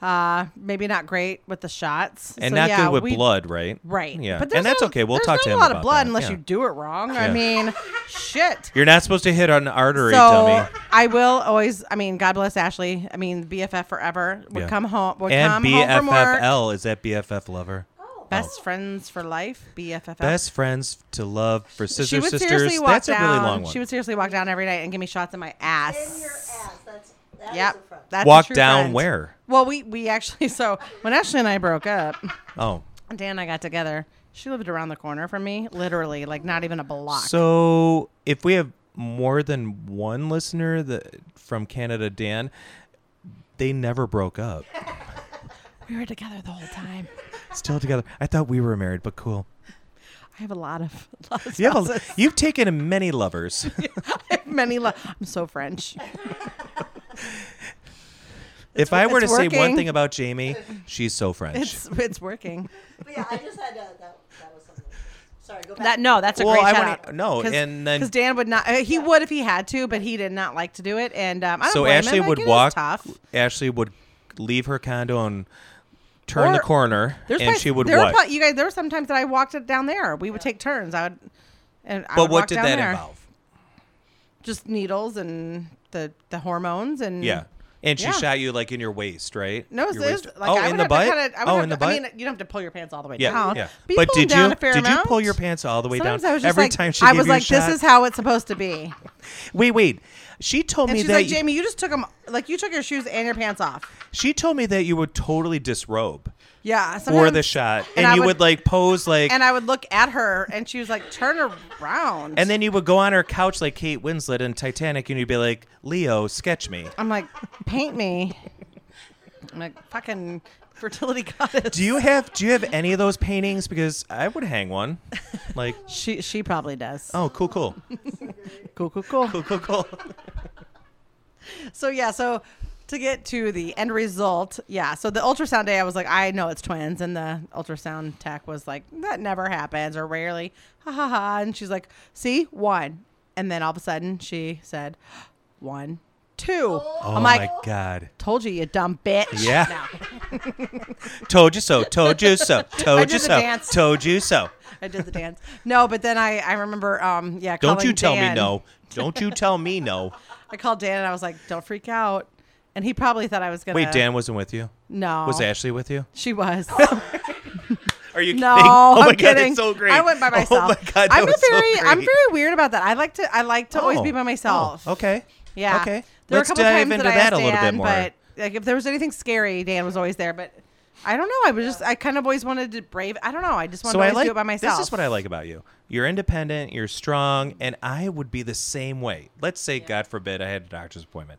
Speaker 3: Uh, maybe not great with the shots,
Speaker 2: And
Speaker 3: So,
Speaker 2: not
Speaker 3: yeah,
Speaker 2: good with
Speaker 3: we-
Speaker 2: blood, right?
Speaker 3: Right.
Speaker 2: Yeah.
Speaker 3: But
Speaker 2: and
Speaker 3: there's
Speaker 2: that's
Speaker 3: no-
Speaker 2: okay. We'll
Speaker 3: there's
Speaker 2: talk
Speaker 3: not
Speaker 2: to him
Speaker 3: a lot
Speaker 2: about
Speaker 3: of blood
Speaker 2: that.
Speaker 3: unless
Speaker 2: Yeah.
Speaker 3: you do it wrong. I
Speaker 2: Yeah.
Speaker 3: mean, shit.
Speaker 2: You're not supposed to hit an artery,
Speaker 3: so
Speaker 2: dummy.
Speaker 3: I will always. I mean, God bless Ashley. I mean, BFF forever. Would
Speaker 2: Yeah.
Speaker 3: come home. Would
Speaker 2: And
Speaker 3: come home from work. Oh,
Speaker 2: BFFL is that BFF lover.
Speaker 3: Best friends for life. BFF.
Speaker 2: Best friends to love for
Speaker 3: She
Speaker 2: sister
Speaker 3: would
Speaker 2: sisters.
Speaker 3: seriously walk
Speaker 2: That's a
Speaker 3: down.
Speaker 2: really long one.
Speaker 3: She would seriously walk down every night and give me shots in my ass.
Speaker 1: That's,
Speaker 3: Yep. That's a
Speaker 2: walk
Speaker 3: true
Speaker 2: down
Speaker 3: friend.
Speaker 2: where?
Speaker 3: Well, we we actually so when Ashley and I broke up,
Speaker 2: Oh,
Speaker 3: Dan and I got together. She lived around the corner from me, literally, like not even a block.
Speaker 2: so if we have more than one listener that from Canada, Dan, they never broke up.
Speaker 3: we were together the whole time.
Speaker 2: Still together. I thought we were married, but cool.
Speaker 3: I have a lot of, lot of
Speaker 2: You have a,
Speaker 3: spouses.
Speaker 2: you've taken many lovers.
Speaker 3: many. Lo- I'm so French.
Speaker 2: if I were to
Speaker 3: it's
Speaker 2: say one
Speaker 3: working.
Speaker 2: thing about Jamie, she's so French.
Speaker 3: It's it's working.
Speaker 1: But yeah, I just had to, that, that was something. Sorry, go back.
Speaker 3: That no, that's a
Speaker 2: Well,
Speaker 3: great
Speaker 2: I
Speaker 3: shout
Speaker 2: wouldn't- e-,
Speaker 3: out.
Speaker 2: no, and then-
Speaker 3: because Dan would not, uh, he would if he had to, but he did not like to do it. And um, I don't
Speaker 2: so
Speaker 3: blame
Speaker 2: Ashley
Speaker 3: him.
Speaker 2: would
Speaker 3: like, it is
Speaker 2: walk.
Speaker 3: Tough.
Speaker 2: Ashley would leave her condo and turn the
Speaker 3: Or-
Speaker 2: corner,
Speaker 3: There's
Speaker 2: and
Speaker 3: probably-
Speaker 2: she would
Speaker 3: there were
Speaker 2: what?
Speaker 3: probably- you guys, there were some times that I walked it down there. We would take turns. I would. And I
Speaker 2: but
Speaker 3: would
Speaker 2: what
Speaker 3: walk
Speaker 2: did
Speaker 3: down
Speaker 2: that
Speaker 3: there.
Speaker 2: involve?
Speaker 3: Just needles and the the hormones and
Speaker 2: Yeah. And she
Speaker 3: Mm. Yeah.
Speaker 2: shot you like in your waist, right?
Speaker 3: No,
Speaker 2: Your
Speaker 3: it was,
Speaker 2: waist-
Speaker 3: like,
Speaker 2: oh,
Speaker 3: I would
Speaker 2: in the
Speaker 3: have
Speaker 2: butt.
Speaker 3: To kinda, I would
Speaker 2: oh,
Speaker 3: have
Speaker 2: in the
Speaker 3: to,
Speaker 2: butt.
Speaker 3: I mean, you don't have to pull your pants all the way
Speaker 2: yeah,
Speaker 3: down.
Speaker 2: yeah.
Speaker 3: you
Speaker 2: But
Speaker 3: pull 'em
Speaker 2: did
Speaker 3: down
Speaker 2: you
Speaker 3: a fair
Speaker 2: did you pull
Speaker 3: amount.
Speaker 2: your pants all the way
Speaker 3: Sometimes
Speaker 2: down?
Speaker 3: I was just
Speaker 2: Every
Speaker 3: like,
Speaker 2: time she
Speaker 3: I
Speaker 2: gave
Speaker 3: was
Speaker 2: you a
Speaker 3: like, this
Speaker 2: shot?
Speaker 3: is how it's supposed to be.
Speaker 2: Wait, wait. She told
Speaker 3: And
Speaker 2: me
Speaker 3: she's
Speaker 2: that
Speaker 3: like,
Speaker 2: you-
Speaker 3: Jamie, you just took them, like you took your shoes and your pants off.
Speaker 2: she told me that you would totally disrobe
Speaker 3: Yeah.
Speaker 2: for
Speaker 3: sometimes-
Speaker 2: the shot,
Speaker 3: and
Speaker 2: and,
Speaker 3: I
Speaker 2: you
Speaker 3: would-
Speaker 2: would, like pose like,
Speaker 3: And
Speaker 2: and,
Speaker 3: I would look at her, and she was like, turn around.
Speaker 2: then you would go on her couch like Kate Winslet in Titanic, and you'd be like, Leo, sketch me.
Speaker 3: I'm like, paint me. I'm like, fucking fertility goddess.
Speaker 2: Do you have do you have any of those paintings? Because I would hang one. Like,
Speaker 3: She she probably does.
Speaker 2: oh, cool, cool,
Speaker 3: Cool, cool, cool.
Speaker 2: cool, cool, cool.
Speaker 3: So yeah, so to get to the end result, yeah. So the ultrasound day, I was like, I know it's twins, and the ultrasound tech was like, that never happens or rarely, ha ha ha. And she's like, see one, and then all of a sudden she said, one, two.
Speaker 2: Oh
Speaker 3: I'm like,
Speaker 2: my god.
Speaker 3: told you, you dumb bitch.
Speaker 2: Yeah.
Speaker 3: No,
Speaker 2: Told you so. Told you so. Told you
Speaker 3: did the
Speaker 2: so.
Speaker 3: dance.
Speaker 2: Told you so.
Speaker 3: I did the dance. No, but then I I remember, um, yeah.
Speaker 2: Don't
Speaker 3: calling
Speaker 2: you tell
Speaker 3: Dan.
Speaker 2: me no. Don't you tell me no.
Speaker 3: I called Dan and I was like, don't freak out. And he probably thought I was gonna
Speaker 2: Wait, Dan wasn't with you.
Speaker 3: Uh, No,
Speaker 2: Was Ashley with you?
Speaker 3: She was.
Speaker 2: Are you
Speaker 3: No,
Speaker 2: kidding? Oh my
Speaker 3: I'm
Speaker 2: god,
Speaker 3: kidding.
Speaker 2: it's so great.
Speaker 3: I went by myself.
Speaker 2: Oh my god, that
Speaker 3: I'm a
Speaker 2: was
Speaker 3: very,
Speaker 2: so great.
Speaker 3: I'm very weird about that. I like to, I like to always
Speaker 2: Oh,
Speaker 3: be by myself.
Speaker 2: oh, okay.
Speaker 3: Yeah.
Speaker 2: Okay.
Speaker 3: There
Speaker 2: Let's
Speaker 3: were a couple
Speaker 2: dive
Speaker 3: times
Speaker 2: into
Speaker 3: that, I
Speaker 2: that
Speaker 3: asked
Speaker 2: a little
Speaker 3: Dan,
Speaker 2: bit more.
Speaker 3: But like, if there was anything scary, Dan was always there. But I don't know. I was just, I kind of always wanted to brave. I don't know. I just wanted
Speaker 2: so
Speaker 3: to
Speaker 2: I
Speaker 3: always
Speaker 2: like
Speaker 3: do it by myself.
Speaker 2: This is what I like about you. You're independent. You're strong, and I would be the same way. Let's say, God forbid, I had a doctor's appointment.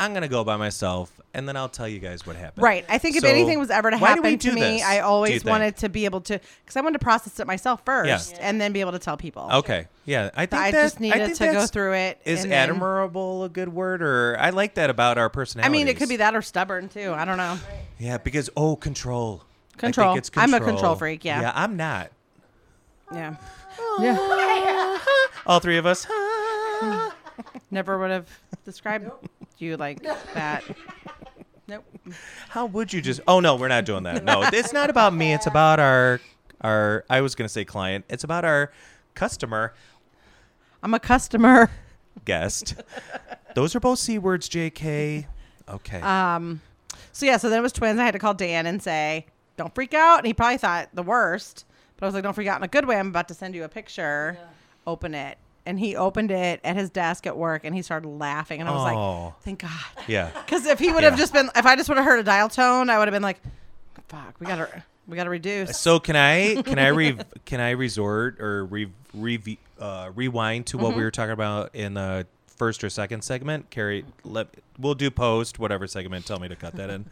Speaker 2: I'm gonna go by myself, and then I'll tell you guys what happened.
Speaker 3: Right. I think if
Speaker 2: So,
Speaker 3: anything was ever to
Speaker 2: why do
Speaker 3: happen
Speaker 2: we
Speaker 3: to
Speaker 2: do
Speaker 3: me,
Speaker 2: this, do
Speaker 3: I
Speaker 2: you
Speaker 3: always
Speaker 2: think?
Speaker 3: wanted to be able to, because I wanted to process it myself first
Speaker 2: Yeah.
Speaker 3: and then be able to tell people.
Speaker 2: Okay. Yeah. I think
Speaker 3: I
Speaker 2: that-
Speaker 3: just needed
Speaker 2: I think
Speaker 3: to go
Speaker 2: that's-
Speaker 3: through it
Speaker 2: Is
Speaker 3: and then-
Speaker 2: admirable a good word, or I like that about our
Speaker 3: I
Speaker 2: personality?
Speaker 3: mean, it could be that or stubborn too. I don't know.
Speaker 2: Yeah, because oh, control. I think
Speaker 3: Control.
Speaker 2: it's
Speaker 3: I'm a control freak, yeah.
Speaker 2: Yeah, I'm not.
Speaker 3: Yeah. Yeah.
Speaker 2: All three of us. "Ah,
Speaker 3: Never would have described you like that. Nope.
Speaker 2: How would you just? Oh no, we're not doing that. No, it's not about me. It's about our our. I was gonna say client. It's about our customer
Speaker 3: I'm a customer.
Speaker 2: guest. Those are both c words, J.K. Okay.
Speaker 3: Um, so yeah, so then it was twins. I had to call Dan and say, "Don't freak out." And he probably thought the worst, but I was like, "Don't freak out in a good way." I'm about to send you a picture. Open it. And he opened it at his desk at work, and he started laughing. And I was
Speaker 2: Oh.
Speaker 3: like, "Thank God."
Speaker 2: yeah.
Speaker 3: Because if he would
Speaker 2: Yeah.
Speaker 3: have just been, if I just would have heard a dial tone, I would have been like, "Fuck, we gotta, we gotta reduce."
Speaker 2: So can I can I re can I resort or re, re uh, rewind to what
Speaker 3: Mm-hmm.
Speaker 2: we were talking about in the first or second segment? Carrie, let we'll do post whatever segment. Tell me to cut that in.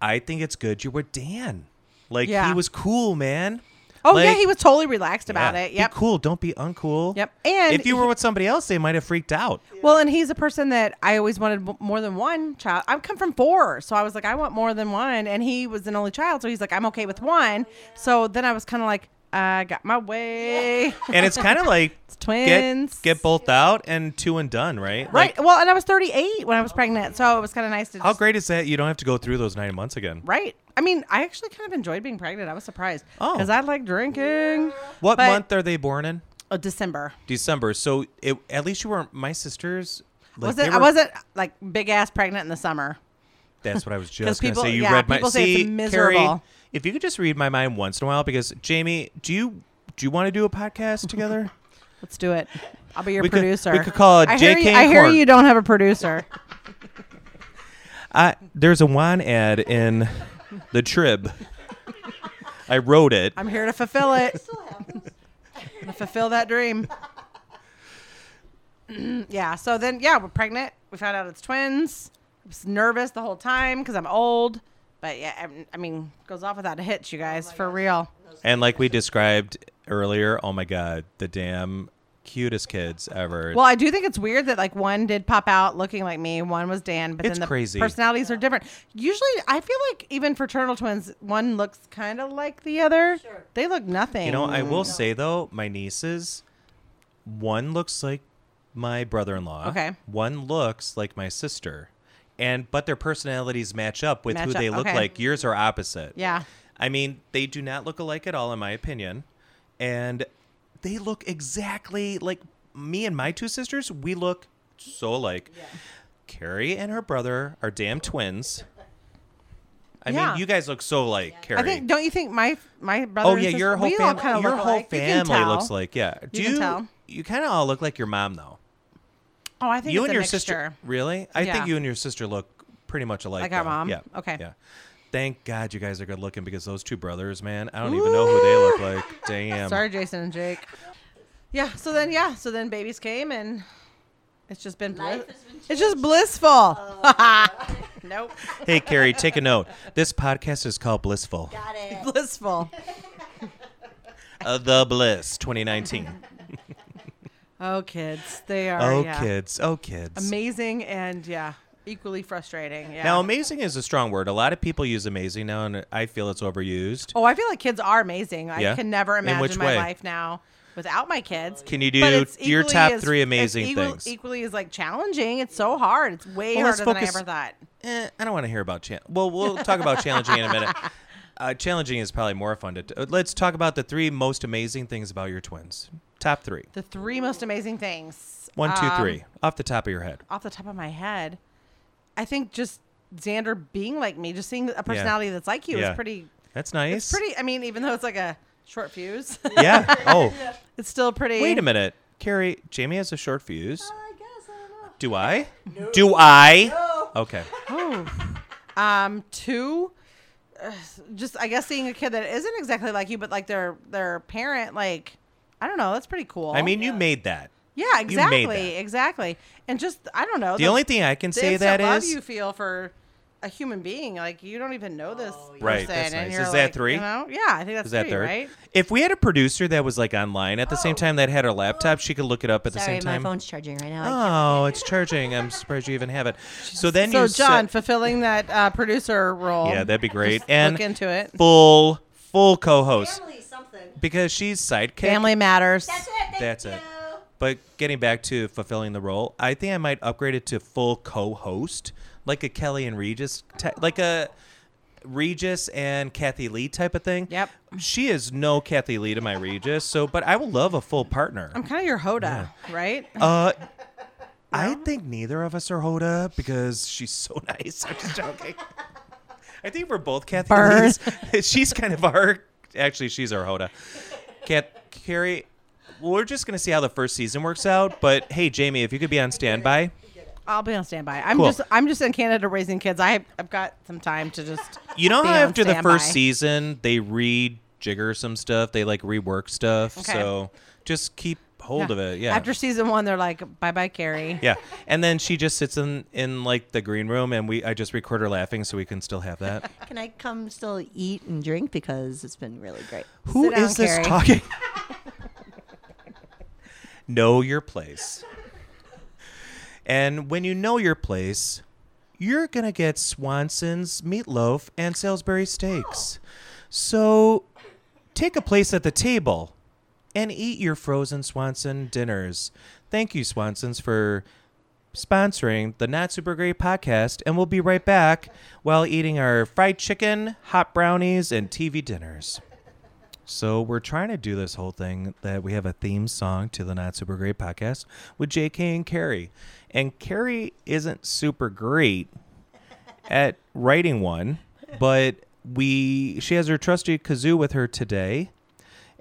Speaker 2: I think it's good you're with Dan. Like
Speaker 3: Yeah.
Speaker 2: he was cool, man.
Speaker 3: Oh yeah,
Speaker 2: Like,
Speaker 3: he was totally relaxed about
Speaker 2: yeah,
Speaker 3: it. Yep.
Speaker 2: Be cool. Don't be uncool.
Speaker 3: Yep. And
Speaker 2: if you were with somebody else, they might have freaked out.
Speaker 3: Well, and he's a person that I always wanted w- more than one child. I've come from four, so I was like, I want more than one. And he was an only child, so he's like, I'm okay with one. So then I was kind of like, I got my way.
Speaker 2: And it's kind of like
Speaker 3: twins.
Speaker 2: get get both out and two and done, right?
Speaker 3: right.
Speaker 2: Like,
Speaker 3: well, and I was 38 when I was pregnant, so it was kind of nice to.
Speaker 2: how
Speaker 3: Just,
Speaker 2: great is that? You don't have to go through those nine months again.
Speaker 3: Right. I mean, I actually kind of enjoyed being pregnant. I was surprised
Speaker 2: Oh.
Speaker 3: because I like drinking.
Speaker 2: What
Speaker 3: But-
Speaker 2: month are they born in?
Speaker 3: Oh, December.
Speaker 2: December. So it, at least you weren't my sisters. Like,
Speaker 3: wasn't
Speaker 2: they
Speaker 3: I
Speaker 2: were-
Speaker 3: wasn't like big ass pregnant in the summer.
Speaker 2: That's what I was just going to
Speaker 3: people-
Speaker 2: say. You
Speaker 3: yeah,
Speaker 2: read my
Speaker 3: people say
Speaker 2: see,
Speaker 3: it's
Speaker 2: Carrie.
Speaker 3: miserable.
Speaker 2: If you could just read my mind once in a while, because Jamie, do you do you want to do a podcast together?
Speaker 3: Let's do it. I'll be your
Speaker 2: We could-
Speaker 3: producer.
Speaker 2: we could call it
Speaker 3: I hear
Speaker 2: JK
Speaker 3: you, I hear
Speaker 2: Corn.
Speaker 3: you don't have a producer.
Speaker 2: I, there's a wine ad in the Trib. I wrote it.
Speaker 3: I'm here to fulfill it. to fulfill that dream. yeah. So then, yeah, we're pregnant. We found out it's twins. I was nervous the whole time because I'm old. But yeah, I'm- I, mean, goes off without a hitch, you guys, for real.
Speaker 2: And like we described earlier, oh my god, the damn cutest kids ever.
Speaker 3: Well, I do think it's weird that like one did pop out looking like me, one was Dan, but
Speaker 2: It's
Speaker 3: then the
Speaker 2: crazy.
Speaker 3: personalities are different. Usually, I feel like even fraternal twins, one looks kind of like the other.
Speaker 1: Sure.
Speaker 3: They look nothing.
Speaker 2: you know, I will say though, my nieces, one looks like my brother-in-law.
Speaker 3: Okay.
Speaker 2: One looks like my sister, and but their personalities match up with
Speaker 3: Match
Speaker 2: who
Speaker 3: up,
Speaker 2: they look
Speaker 3: okay.
Speaker 2: like. Yours are opposite.
Speaker 3: Yeah.
Speaker 2: I mean, they do not look alike at all, in my opinion, and they look exactly like me and my two sisters. We look so alike. Carrie and her brother are damn twins. I
Speaker 3: Yeah.
Speaker 2: mean, you guys look so like Carrie.
Speaker 3: I think. Don't you think my my brother?
Speaker 2: oh
Speaker 3: and
Speaker 2: yeah,
Speaker 3: sis-
Speaker 2: your whole
Speaker 3: we all
Speaker 2: family.
Speaker 3: kinda
Speaker 2: Your
Speaker 3: look
Speaker 2: whole
Speaker 3: alike. You can
Speaker 2: family
Speaker 3: tell.
Speaker 2: looks like yeah. Do
Speaker 3: You can tell.
Speaker 2: you kind of all look like your mom though?
Speaker 3: Oh, I think
Speaker 2: you
Speaker 3: it's
Speaker 2: and
Speaker 3: a
Speaker 2: your
Speaker 3: mixture.
Speaker 2: sister really i
Speaker 3: Yeah.
Speaker 2: think you and your sister look pretty much alike
Speaker 3: Like our
Speaker 2: though.
Speaker 3: mom?
Speaker 2: yeah
Speaker 3: Okay.
Speaker 2: yeah thank god you guys are good looking because those two brothers man i don't even know who they look like damn
Speaker 3: Sorry, Jason and Jake. Yeah. So then, yeah. So then, babies came, and it's just been. Bliss-
Speaker 1: Life has been Oh.
Speaker 3: it's just blissful. nope.
Speaker 2: hey carrie take a note this podcast is called blissful
Speaker 1: Got it.
Speaker 3: Blissful.
Speaker 2: Uh, the bliss 2019
Speaker 3: Oh, kids, they are.
Speaker 2: oh
Speaker 3: yeah.
Speaker 2: kids oh kids
Speaker 3: Amazing and yeah, equally frustrating. Yeah.
Speaker 2: now amazing is a strong word a lot of people use amazing now and i feel it's overused
Speaker 3: oh, I feel like kids are amazing. I
Speaker 2: Yeah?
Speaker 3: can never
Speaker 2: In which
Speaker 3: imagine my
Speaker 2: way?
Speaker 3: life now without my kids.
Speaker 2: can you do
Speaker 3: But it's
Speaker 2: your
Speaker 3: equally
Speaker 2: top
Speaker 3: as-
Speaker 2: three
Speaker 3: it's
Speaker 2: amazing
Speaker 3: equal-
Speaker 2: things
Speaker 3: Equally is like challenging. It's so hard. It's way
Speaker 2: Well, let's
Speaker 3: harder than I
Speaker 2: focus-
Speaker 3: ever thought.
Speaker 2: eh, I don't want to hear about challenge. Well, we'll talk about challenging in a minute. Uh, challenging is probably more fun to. T- uh, let's talk about the three most amazing things about your twins. Top three.
Speaker 3: The three most amazing things.
Speaker 2: One, two, three.
Speaker 3: Um,
Speaker 2: Off the top of your head.
Speaker 3: Off the top of my head, I think just Xander being like me, just seeing a personality that's like you
Speaker 2: Yeah.
Speaker 3: is pretty.
Speaker 2: That's nice.
Speaker 3: It's pretty. I mean, even though it's like a short fuse,
Speaker 2: Yeah. Oh,
Speaker 3: it's still pretty.
Speaker 2: wait a minute, Carrie. Jamie has a short fuse.
Speaker 1: I guess I don't know.
Speaker 2: Do I? Do I? Okay.
Speaker 3: Um, two, uh, just I guess seeing a kid that isn't exactly like you, but like their their parent, like I don't know, that's pretty cool.
Speaker 2: I mean, you made that.
Speaker 3: yeah, exactly,
Speaker 2: made that.
Speaker 3: exactly, and just I don't know.
Speaker 2: The only thing I can
Speaker 3: the
Speaker 2: say
Speaker 3: instant
Speaker 2: that
Speaker 3: love
Speaker 2: is
Speaker 3: you feel for a human being, like you don't even know this
Speaker 1: Oh,
Speaker 3: person,
Speaker 2: Right, that's
Speaker 3: and
Speaker 2: nice.
Speaker 3: you're
Speaker 2: Is that
Speaker 3: like,
Speaker 2: three?
Speaker 3: You know? Yeah, I think that's
Speaker 2: is that
Speaker 3: three,
Speaker 2: third?
Speaker 3: right?
Speaker 2: If we had a producer that was like online at the same time that had her laptop, she could look it up at the
Speaker 1: Sorry,
Speaker 2: same
Speaker 1: my
Speaker 2: time.
Speaker 1: phone's charging right now.
Speaker 2: Oh, it's charging. I'm surprised you even have it. So then
Speaker 3: So
Speaker 2: you
Speaker 3: John
Speaker 2: said-
Speaker 3: fulfilling that uh, producer role.
Speaker 2: yeah, that'd be great.
Speaker 3: look
Speaker 2: And
Speaker 3: into it.
Speaker 2: full full co-host
Speaker 1: Family something.
Speaker 2: because she's sidekick.
Speaker 3: Family matters.
Speaker 1: That's it. Thank
Speaker 2: That's
Speaker 1: you.
Speaker 2: it. But getting back to fulfilling the role, I think I might upgrade it to full co-host, like a Kelly and Regis, ty like a Regis and Kathy Lee type of thing.
Speaker 3: Yep.
Speaker 2: She is no Kathy Lee to my Regis. So, but I will love a full partner.
Speaker 3: I'm kind of your Hoda, right?
Speaker 2: Uh, I think neither of us are Hoda because she's so nice. I'm just joking. I think we're both Kathy
Speaker 3: Burn.
Speaker 2: Lee's. she's kind of our. Actually, she's our Hoda. Cat Carrie. We're just gonna see how the first season works out. But hey, Jamie, if you could be on standby,
Speaker 3: I'll be on standby. I'm
Speaker 2: Cool.
Speaker 3: just I'm just in Canada raising kids. I I've got some time to just
Speaker 2: you know
Speaker 3: Be
Speaker 2: how
Speaker 3: on
Speaker 2: after the first
Speaker 3: standby.
Speaker 2: season they rejigger some stuff, they like rework stuff.
Speaker 3: Okay.
Speaker 2: So just keep hold of it. Yeah.
Speaker 3: After season one, they're like, bye bye, Carrie.
Speaker 2: yeah and then she just sits in in like the green room and we i just record her laughing so we can still have that
Speaker 1: Can I come still eat and drink because it's been really great.
Speaker 2: Who
Speaker 3: Sit down,
Speaker 2: is this
Speaker 3: Carrie.
Speaker 2: talking know your place and when you know your place you're gonna get swanson's meatloaf and salisbury steaks so take a place at the table and eat your frozen swanson dinners thank you swanson's for sponsoring the Not Super Great podcast, and we'll be right back while eating our fried chicken, hot brownies, and TV dinners. So we're trying to do this whole thing that we have a theme song to the Not Super Great podcast with J.K. and Carrie, and Carrie isn't super great at writing one, but we she has her trusty kazoo with her today.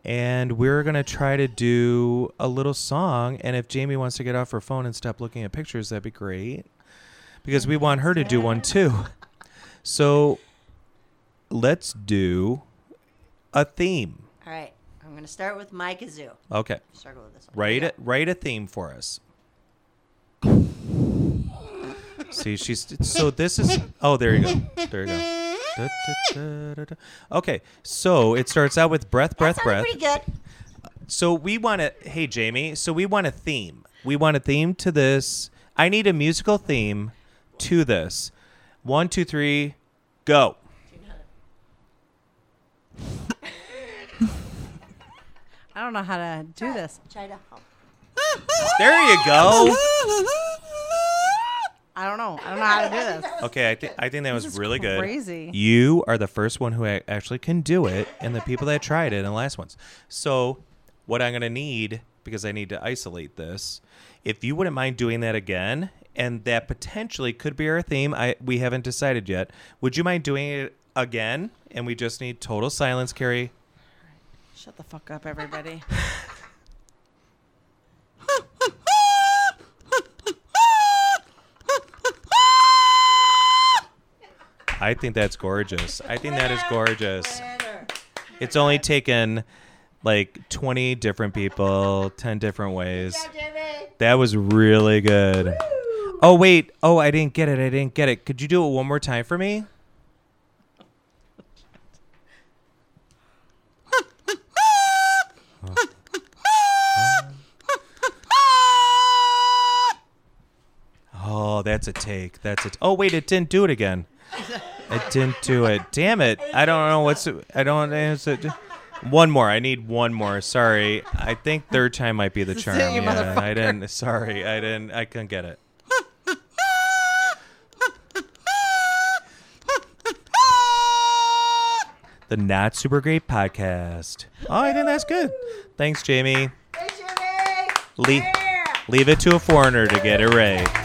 Speaker 2: And we're gonna try to do a little song. And if Jamie wants to get off her phone and stop looking at pictures, that'd be great, because we want her to do one too. So let's do a theme.
Speaker 1: All right. I'm going to start with my kazoo.
Speaker 2: Okay,
Speaker 1: Struggle with this one.
Speaker 2: write it. Write a theme for us. See, she's so. This is. Oh, there you go. There you go. Da, da, da, da, da. Okay, so it starts out with breath, breath,
Speaker 1: That sounded
Speaker 2: breath.
Speaker 1: pretty good.
Speaker 2: So we want to, hey Jamie. So we want a theme. We want a theme to this. I need a musical theme to this. One, two, three, go.
Speaker 3: I don't know how to do this.
Speaker 1: Try to help.
Speaker 2: There you go.
Speaker 3: I don't know. I don't know how to do this.
Speaker 2: Okay, I think I think that was
Speaker 3: is
Speaker 2: really good.
Speaker 3: crazy.
Speaker 2: You are the first one who a- actually can do it, and the people that tried it and the last ones. So, what I'm gonna need because I need to isolate this If you wouldn't mind doing that again, and that potentially could be our theme, I we haven't decided yet. Would you mind doing it again? And we just need total silence, Carrie.
Speaker 3: Shut the fuck up, everybody.
Speaker 2: I think that's gorgeous. I think that is gorgeous. It's only taken like 20 different people, 10 different ways. That was really good. Oh, wait. Oh, I didn't get it. I didn't get it. Could you do it one more time for me? Oh, that's a take. That's it. Oh, wait. It didn't do it again. It didn't do it. Damn it. I don't know what's. I don't. Is it, one more. I need one more. Sorry. I think third time might be the charm.
Speaker 3: it, you
Speaker 2: Yeah, I didn't. Sorry. I didn't. I couldn't get it. The Not Super Great Podcast. Oh, I think that's good. Thanks, Jamie. Leave, leave it to a foreigner to get it right.